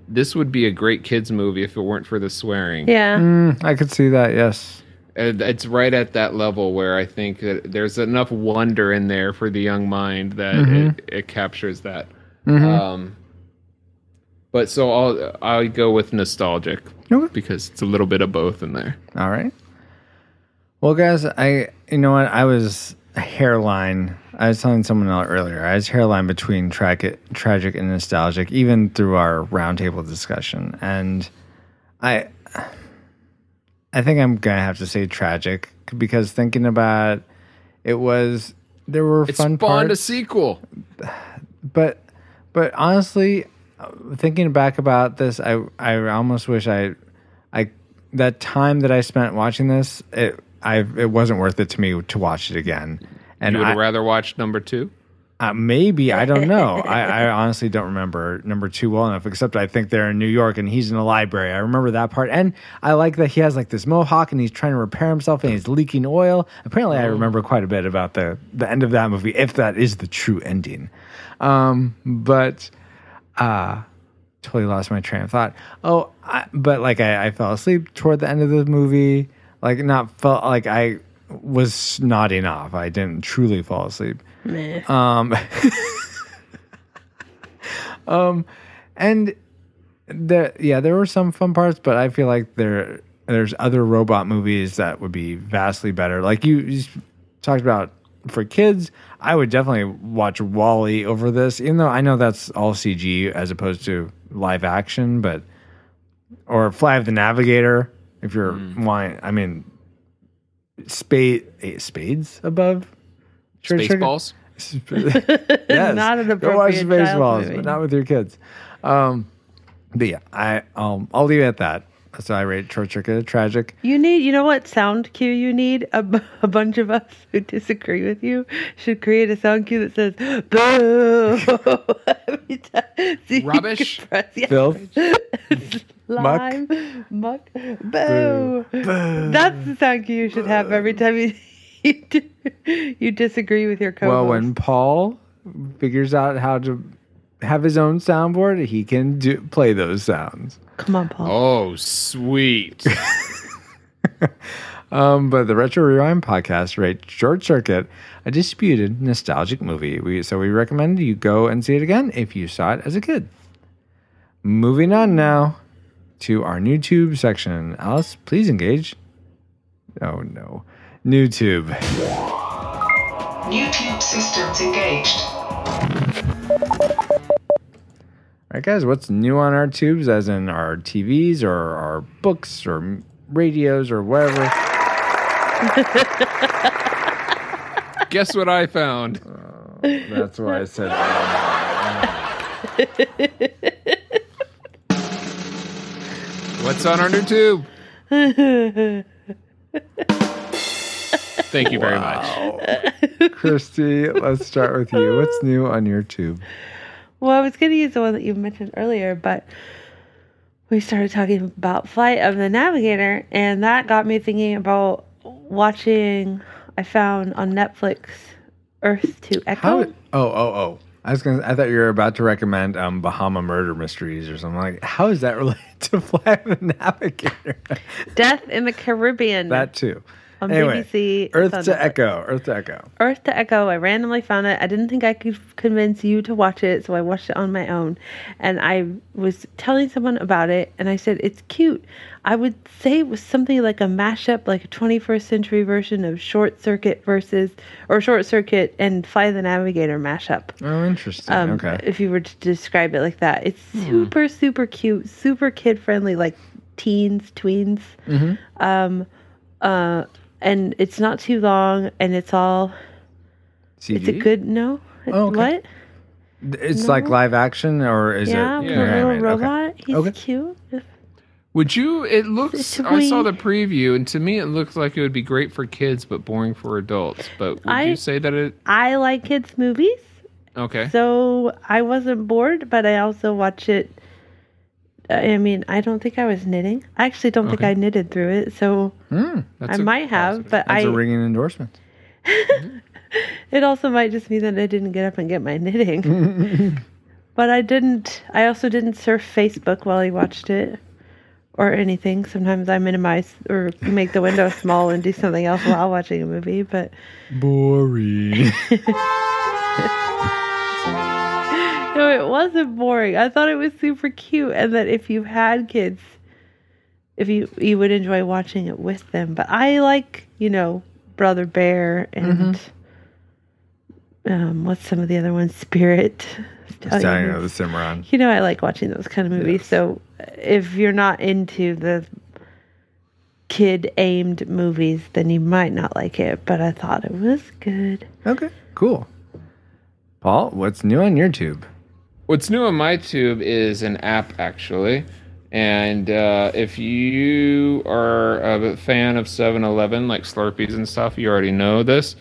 Speaker 3: this would be a great kids movie if it weren't for the swearing.
Speaker 4: Yeah.
Speaker 1: Mm, I could see that. Yes.
Speaker 3: Uh, it's right at that level where I think that there's enough wonder in there for the young mind that
Speaker 1: Mm-hmm.
Speaker 3: it, it captures that. Um, but so I'll I'll go with nostalgic
Speaker 1: Okay.
Speaker 3: because it's a little bit of both in there.
Speaker 1: All right. Well, guys, I you know what I was hairline. I was telling someone else earlier. I was hairline between tragic, tragic and nostalgic, even through our roundtable discussion. And I, I think I'm gonna have to say tragic because thinking about it was there were
Speaker 3: It
Speaker 1: fun
Speaker 3: spawned a
Speaker 1: parts,
Speaker 3: sequel.
Speaker 1: but but honestly, uh, thinking back about this, I I almost wish I I that time that I spent watching this, it I it wasn't worth it to me to watch it again. And
Speaker 3: you would
Speaker 1: I,
Speaker 3: have rather watched number two.
Speaker 1: uh, maybe I don't know. I, I honestly don't remember number two well enough. Except I think they're in New York and he's in a library. I remember that part, and I like that he has like this mohawk and he's trying to repair himself and he's leaking oil. Apparently, I remember quite a bit about the the end of that movie, if that is the true ending. Um, but uh, totally lost my train of thought. Oh, I, but like I, I fell asleep toward the end of the movie. Like not felt like I was nodding off. I didn't truly fall asleep. Um, um, and there, yeah, there were some fun parts, but I feel like there there's other robot movies that would be vastly better. Like you, you talked about for kids, I would definitely watch Wally over this, even though I know that's all CG as opposed to live action, but or Fly of the Navigator. If you're wanting, I mean, spade eh, spades above. Sure, sure.
Speaker 3: Spaceballs.
Speaker 1: yes.
Speaker 4: [LAUGHS] Not an
Speaker 1: Go watch
Speaker 4: appropriate child
Speaker 1: Spaceballs,
Speaker 4: movie.
Speaker 1: but not with your kids. Um, but yeah, I um, I'll leave it at that. So I rate Torchica tragic.
Speaker 4: You need, you know what sound cue you need? A, bu- a bunch of us who disagree with you should create a sound cue that says boo [LAUGHS] every time. So you can
Speaker 3: Rubbish.
Speaker 4: press- yeah. [LAUGHS]
Speaker 1: Filth.
Speaker 4: Slime, muck, boo. That's the sound cue you should have every time you [LAUGHS] you, di- you disagree with your co-host.
Speaker 1: Well, when Paul figures out how to have his own soundboard, he can do, play those sounds.
Speaker 4: Come on, Paul.
Speaker 1: [LAUGHS]
Speaker 3: Oh, sweet.
Speaker 1: Um, but the Retro Rewind podcast rates Short Circuit, a disputed nostalgic movie. We, so we recommend you go and see it again if you saw it as a kid. Moving on now to our new tube section. Alice, please engage. Oh no. New tube.
Speaker 2: New tube systems engaged.
Speaker 1: All right, guys, what's new on our tubes, as in our TVs or our books or m- radios or whatever?
Speaker 3: Guess what I found?
Speaker 1: That's why I said. um,
Speaker 3: What's on our new tube?
Speaker 1: Oh.
Speaker 4: [LAUGHS]
Speaker 3: Thank you very much.
Speaker 1: Christy, let's start with you. What's new on your tube?
Speaker 4: Well, I was going to use the one that you mentioned earlier, but we started talking about Flight of the Navigator, and that got me thinking about watching. I found on Netflix Earth to
Speaker 1: How?
Speaker 4: Echo.
Speaker 1: Oh, oh, oh! I was gonna. I thought you were about to recommend um, Bahama murder mysteries or something like. How is that [LAUGHS] related to Fly of the Navigator? [LAUGHS]
Speaker 4: Death in the Caribbean
Speaker 1: that too.
Speaker 4: on
Speaker 1: anyway,
Speaker 4: BBC. It's
Speaker 1: Earth
Speaker 4: on
Speaker 1: to
Speaker 4: Netflix.
Speaker 1: Echo. Earth to Echo.
Speaker 4: Earth to Echo. I randomly found it. I didn't think I could convince you to watch it, so I watched it on my own. And I was telling someone about it, and I said, It's cute. I would say it was something like a mashup, like a 21st century version of Short Circuit versus, or Short Circuit and Fly the Navigator mashup.
Speaker 1: Oh, interesting.
Speaker 4: Um,
Speaker 1: okay.
Speaker 4: If you were to describe it like that, it's super, super cute, super kid friendly, like teens, tweens. Um, uh, and it's not too long, and it's all
Speaker 1: CG?
Speaker 4: it's a good no.
Speaker 1: Oh, okay.
Speaker 4: What?
Speaker 1: It's like live action, or is it?
Speaker 4: yeah, with
Speaker 1: computer
Speaker 4: a little
Speaker 1: animated? Okay.
Speaker 4: robot. He's
Speaker 1: Okay.
Speaker 4: cute.
Speaker 3: Would you? It looks.
Speaker 4: Should
Speaker 3: I saw
Speaker 4: we-
Speaker 3: the preview, and to me, it looked like it would be great for kids, but boring for adults. But would
Speaker 4: I-
Speaker 3: you say that it?
Speaker 4: I like kids' movies,
Speaker 3: Okay.
Speaker 4: so I wasn't bored, but I also watch it. I mean, I don't think I was knitting. I actually don't think
Speaker 3: Okay.
Speaker 4: I knitted through it, so
Speaker 3: That's
Speaker 4: I
Speaker 3: a
Speaker 4: might have,
Speaker 3: positive.
Speaker 4: but I
Speaker 1: That's a ringing endorsement.
Speaker 4: It also might just be that I didn't get up and get my knitting.
Speaker 1: [LAUGHS]
Speaker 4: but I didn't, I also didn't surf Facebook while I watched it or anything. Sometimes I minimize or make the window small and do something else while watching a movie. But [LAUGHS]
Speaker 1: Boring.
Speaker 4: no, it wasn't boring. I thought it was super cute and that if you had kids, if you you would enjoy watching it with them. But I like, you know, Brother Bear and um, what's some of the other ones? Spirit.
Speaker 1: [LAUGHS] Stallion
Speaker 4: Stallion
Speaker 1: of the Cimarron.
Speaker 4: You know, I like watching those kind of movies. So if you're not into the kid aimed movies, then you might not like it. But I thought it was good.
Speaker 1: Okay, cool. Paul, what's new on your tube?
Speaker 3: What's new on my tube is an app actually, and uh, if you are a fan of 7-Eleven, like Slurpees and stuff, you already know this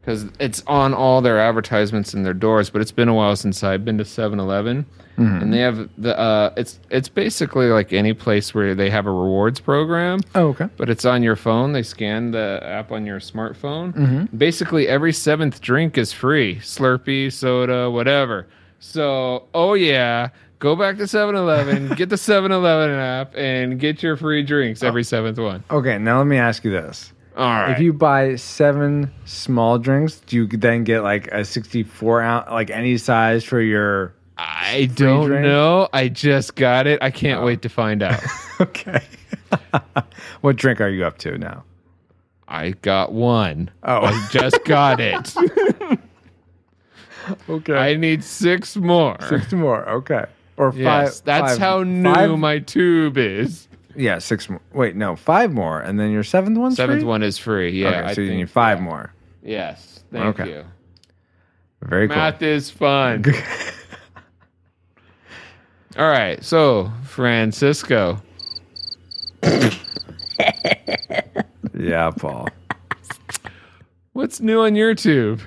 Speaker 3: because it's on all their advertisements and their doors. But it's been a while since I've been to 7-Eleven, and they have the uh, it's it's basically like any place where they have a rewards program
Speaker 1: Oh, okay.
Speaker 3: but it's on your phone. They scan the app on your smartphone.
Speaker 1: Mm-hmm.
Speaker 3: Basically, every seventh drink is free Slurpee, soda, whatever. So, oh yeah, go back to 7
Speaker 1: [LAUGHS]
Speaker 3: Eleven, get the 7 Eleven app, and get your free drinks
Speaker 1: Oh.
Speaker 3: every seventh one.
Speaker 1: Okay, now let me ask you this.
Speaker 3: All right.
Speaker 1: If you buy seven small drinks, do you then get like a 64 ounce, like any size for your. [LAUGHS]
Speaker 3: I don't
Speaker 1: drink? Oh.
Speaker 3: know. I just got it. I can't wait to
Speaker 1: [LAUGHS]
Speaker 3: find out.
Speaker 1: Okay. what drink are you up to now?
Speaker 3: I got one.
Speaker 1: Oh,
Speaker 3: I just got it.
Speaker 1: [LAUGHS] okay.
Speaker 3: I need six more.
Speaker 1: six more. Okay. Or five.
Speaker 3: Yes, that's
Speaker 1: five-
Speaker 3: how new
Speaker 1: five-
Speaker 3: my tube is.
Speaker 1: Yeah, six more. Wait, no, five more. And then your seventh one's
Speaker 3: Seventh
Speaker 1: free?
Speaker 3: one is free. Yeah,
Speaker 1: Okay,
Speaker 3: I
Speaker 1: so you
Speaker 3: think-
Speaker 1: need five more.
Speaker 3: Yes, thank
Speaker 1: Okay.
Speaker 3: you.
Speaker 1: Very cool.
Speaker 3: Math is [LAUGHS] fun. All right, so Francisco,
Speaker 1: Yeah, Paul.
Speaker 3: what's new on your tube?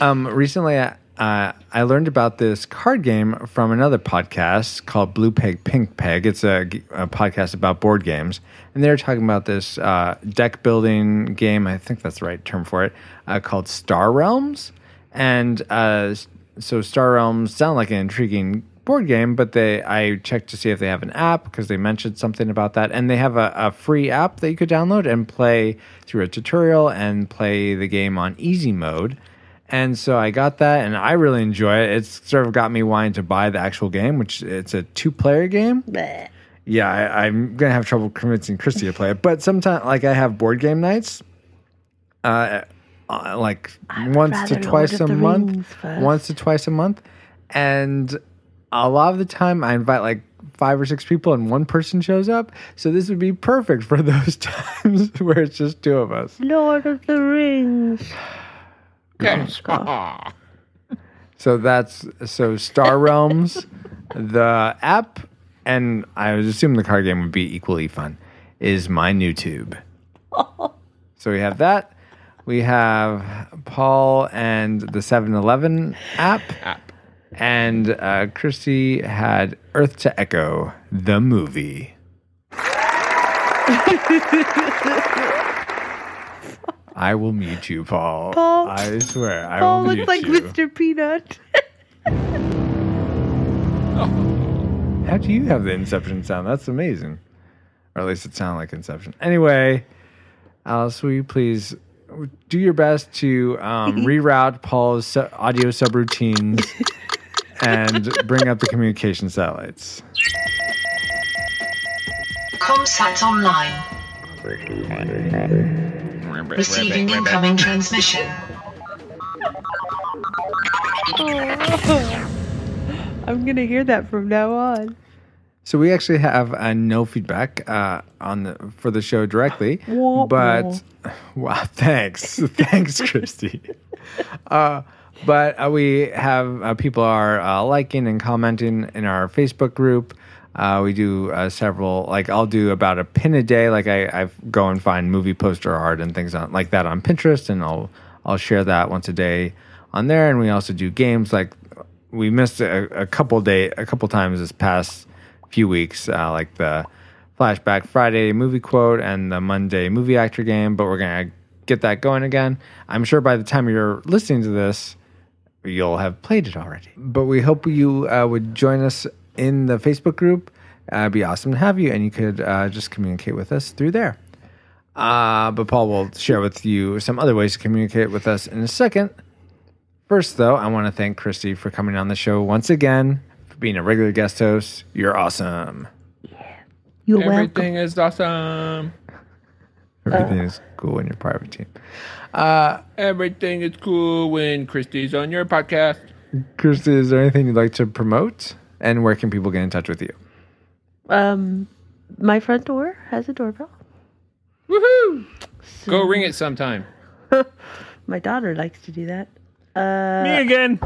Speaker 1: Um, recently, I, uh, I learned about this card game from another podcast called Blue Peg Pink Peg. It's a, g- a podcast about board games, and they're talking about this uh, deck building game. I think that's the right term for it, uh, called Star Realms. And uh, s- so, Star Realms sound like an intriguing board game, but they I checked to see if they have an app because they mentioned something about that, and they have a, a free app that you could download and play through a tutorial and play the game on easy mode. And so I got that, and I really enjoy it. It's sort of got me wanting to buy the actual game, which it's a two-player game.
Speaker 4: Bleh.
Speaker 1: Yeah, I, I'm gonna have trouble convincing Christy to play it, but sometimes, like I have board game nights, uh, uh, like once
Speaker 4: rather
Speaker 1: to
Speaker 4: Lord
Speaker 1: twice
Speaker 4: of
Speaker 1: a
Speaker 4: the
Speaker 1: month,
Speaker 4: Rings first.
Speaker 1: once to twice a month, and a lot of the time I invite like five or six people, and one person shows up. So this would be perfect for [LAUGHS] those times where it's just two of us.
Speaker 4: Lord of the Rings.
Speaker 1: So that's so
Speaker 4: [LAUGHS]
Speaker 1: Star Realms, the app, and I would assume the card game would be equally fun. Is my new
Speaker 4: [LAUGHS]
Speaker 1: tube. so we have that. We have Paul and the 7-Eleven app. app. And uh, Christy had Earth to Echo, the
Speaker 4: [LAUGHS]
Speaker 1: movie. I will mute you, Paul.
Speaker 4: Paul-
Speaker 1: I swear, I
Speaker 4: Paul
Speaker 1: will
Speaker 4: looks
Speaker 1: mute
Speaker 4: like
Speaker 1: Oh, you.
Speaker 4: Mr. Peanut. [LAUGHS]
Speaker 1: How do you have the Inception sound? That's amazing. Or at least it sounded like Inception. Anyway, Alice, will you please do your best to um, reroute Paul's su- audio subroutines and bring up the communication satellites?
Speaker 2: Comsat online. Receiving incoming transmission.
Speaker 4: I'm gonna hear that from now on.
Speaker 1: So we actually have uh, no feedback uh, on the for the show directly,
Speaker 4: Wah,
Speaker 1: [LAUGHS] but wow, thanks, thanks, Christy. Uh, But uh, we have uh, people are uh, liking and commenting in our Facebook group. Uh, we do uh, several, like I'll do about a pin a day. Like I, I go and find movie poster art and things on, like that on Pinterest, and I'll I'll share that once a day on there. And we also do games. Like we missed a, a couple day, a couple times this past few weeks, uh, like the flashback Friday movie quote and the Monday movie actor game. But we're gonna get that going again. I'm sure by the time you're listening to this, you'll have played it already. But we hope you uh, would join us in the Facebook group. Uh, it'd be awesome to have you, and you could uh, just communicate with us through there. Uh, but Paul will share with you some other ways to communicate with us in a second. First, though, I want to thank Christy for coming on the show once again, for being a regular guest host. You're awesome.
Speaker 4: You're welcome.
Speaker 3: Everything is awesome.
Speaker 4: Uh.
Speaker 1: Everything is cool when you're part of a team.
Speaker 3: Everything is cool when Christy's on your podcast.
Speaker 1: Christy, is there anything you'd like to promote? And where can people get in touch with you?
Speaker 4: Um, my front door has a doorbell.
Speaker 3: Woohoo! Go ring it sometime.
Speaker 4: My daughter likes to do that.
Speaker 3: Me again.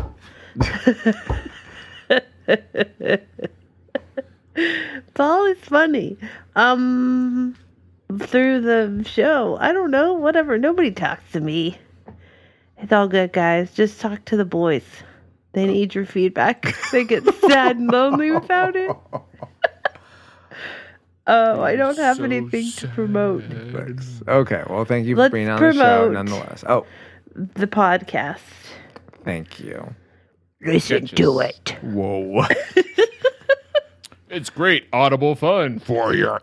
Speaker 4: Paul is funny. Um, through the show, I don't know, whatever. Nobody talks to me. It's all good, guys. Just talk to the boys. They need your feedback. [LAUGHS] They get sad and lonely without it. oh, I don't have
Speaker 3: so
Speaker 4: anything to promote.
Speaker 1: Okay, well, thank you for
Speaker 4: Let's
Speaker 1: being on the show
Speaker 4: promote.
Speaker 1: nonetheless. Oh,
Speaker 4: The podcast.
Speaker 1: thank you.
Speaker 4: Listen to
Speaker 3: Sketches. [LAUGHS]
Speaker 4: it.
Speaker 1: Whoa.
Speaker 3: It's great audible fun for your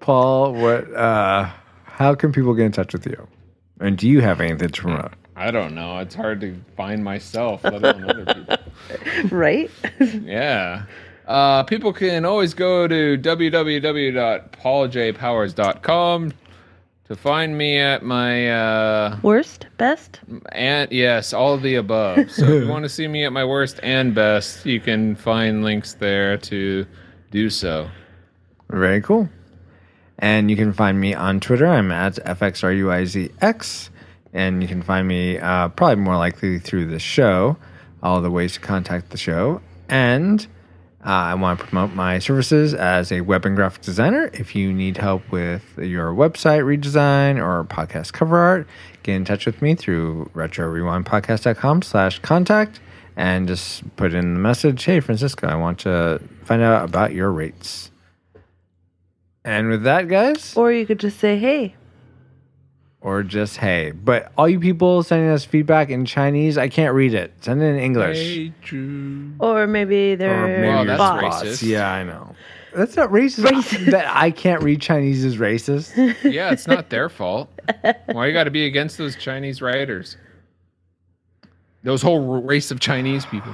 Speaker 1: Paul, what? Uh, how can people get in touch with you? And do you have anything to promote?
Speaker 3: I don't know. It's hard to find myself, let alone other people.
Speaker 4: [LAUGHS] Right?
Speaker 3: Yeah. Uh, people can always go to www.pauljpowers.com to find me at my uh,
Speaker 4: Worst? Best?
Speaker 3: and yes, all of the above. So if you want to see me at my worst and best, you can find links there to do so.
Speaker 1: Very cool. And you can find me on Twitter. I'm at FXRUIZX. And you can find me uh, probably more likely through the show, all the ways to contact the show. And uh, I want to promote my services as a web and graphic designer. If you need help with your website redesign or podcast cover art, get in touch with me through retrorewindpodcast.com slash contact and just put in the message, hey, Francisco, I want to find out about your rates. And with that, guys,
Speaker 4: Or you could just say, hey,
Speaker 1: or just hey. But all you people sending us feedback in Chinese, I can't read it. Send it in English.
Speaker 4: or maybe
Speaker 1: Or
Speaker 4: they're
Speaker 1: maybe
Speaker 3: Wow,
Speaker 1: your
Speaker 3: that's
Speaker 4: boss.
Speaker 3: racist.
Speaker 1: Yeah, I know. That's not racist. that I can't read Chinese is
Speaker 3: [LAUGHS]
Speaker 1: racist.
Speaker 3: Yeah, it's not their fault. Why you got to be against those Chinese rioters? Those whole race of Chinese people.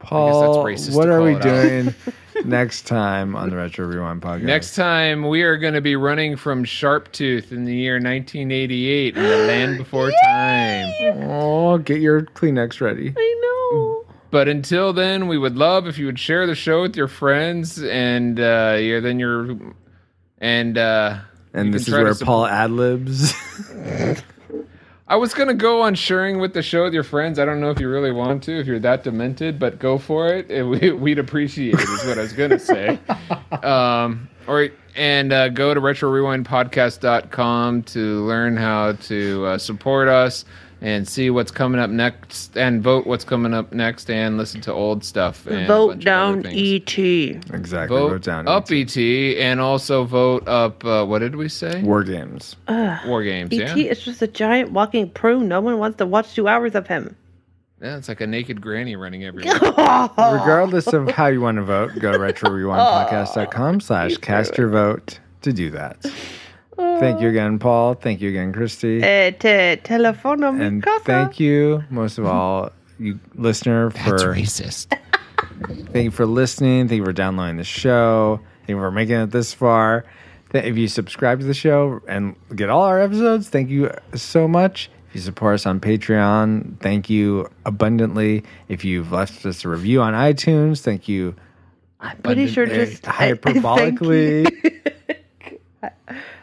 Speaker 1: Paul,
Speaker 3: racist
Speaker 1: what
Speaker 3: to
Speaker 1: are
Speaker 3: call
Speaker 1: we
Speaker 3: it out. [LAUGHS]
Speaker 1: doing next time on the Retro Rewind podcast?
Speaker 3: Next time, we are going to be running from Sharptooth in the year 1988 in the land before time.
Speaker 1: Oh, get your Kleenex ready.
Speaker 4: I know.
Speaker 3: But until then, we would love if you would share the show with your friends and uh, you're then you're and uh,
Speaker 1: And
Speaker 3: you
Speaker 1: this is
Speaker 3: can try to
Speaker 1: where
Speaker 3: sup-
Speaker 1: Paul ad libs.
Speaker 3: I was gonna go on sharing with the show with your friends. I don't know if you really want to, if you're that demented, but go for it. [LAUGHS] It- we, we'd appreciate it, is what I was
Speaker 1: [LAUGHS]
Speaker 3: gonna say. um, or and uh, go to retrorewindpodcast.com to learn how to uh, support us and see what's coming up next, and vote what's coming up next, and listen to old stuff. And a bunch
Speaker 4: Vote
Speaker 3: of
Speaker 4: down E
Speaker 3: other things.
Speaker 4: E.T.
Speaker 1: [LAUGHS] exactly.
Speaker 3: Vote
Speaker 1: Wrote down E
Speaker 3: up ET, and also vote up. Uh, what did we say?
Speaker 1: war games.
Speaker 3: War games. Yeah,
Speaker 4: E.T. E is just a giant walking prune. No one wants to watch two hours of him.
Speaker 3: yeah. It's like a naked granny running
Speaker 4: [LAUGHS]
Speaker 3: everywhere.
Speaker 1: regardless of how you want to vote, go to retrorewindpodcast.com slash cast your vote to do that. Thank you again, Paul. Thank you again, Christy.
Speaker 4: Eh, te telefono mi
Speaker 1: And
Speaker 4: casa.
Speaker 1: thank you, most of all, you listener, for
Speaker 3: racist.
Speaker 1: [LAUGHS] thank you for listening. Thank you for downloading the show. Thank you for making it this far. Th- If you subscribe to the show and get all our episodes, thank you so much. If you support us on Patreon, thank you abundantly. If you've left us a review on iTunes, thank you [LAUGHS]
Speaker 4: I'm pretty sure just I- I thank you.
Speaker 1: hyperbolically. It's just-
Speaker 4: [LAUGHS]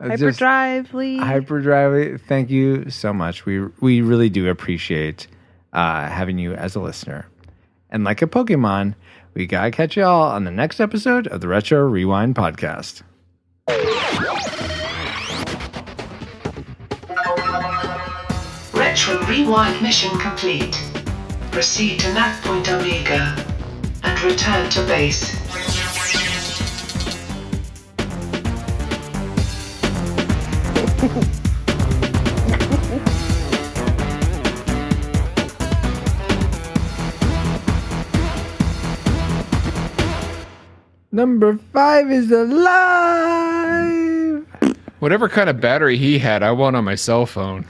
Speaker 4: Hyperdrive, please.
Speaker 1: Hyperdrive, thank you so much. We we really do appreciate uh, having you as a listener. And like a Pokemon, we gotta catch y'all on the next episode of the Retro Rewind podcast.
Speaker 2: Retro rewind mission complete. Proceed to nav point Omega and return to base.
Speaker 1: Number five is alive.
Speaker 3: Whatever kind of battery he had, I want on my cell phone.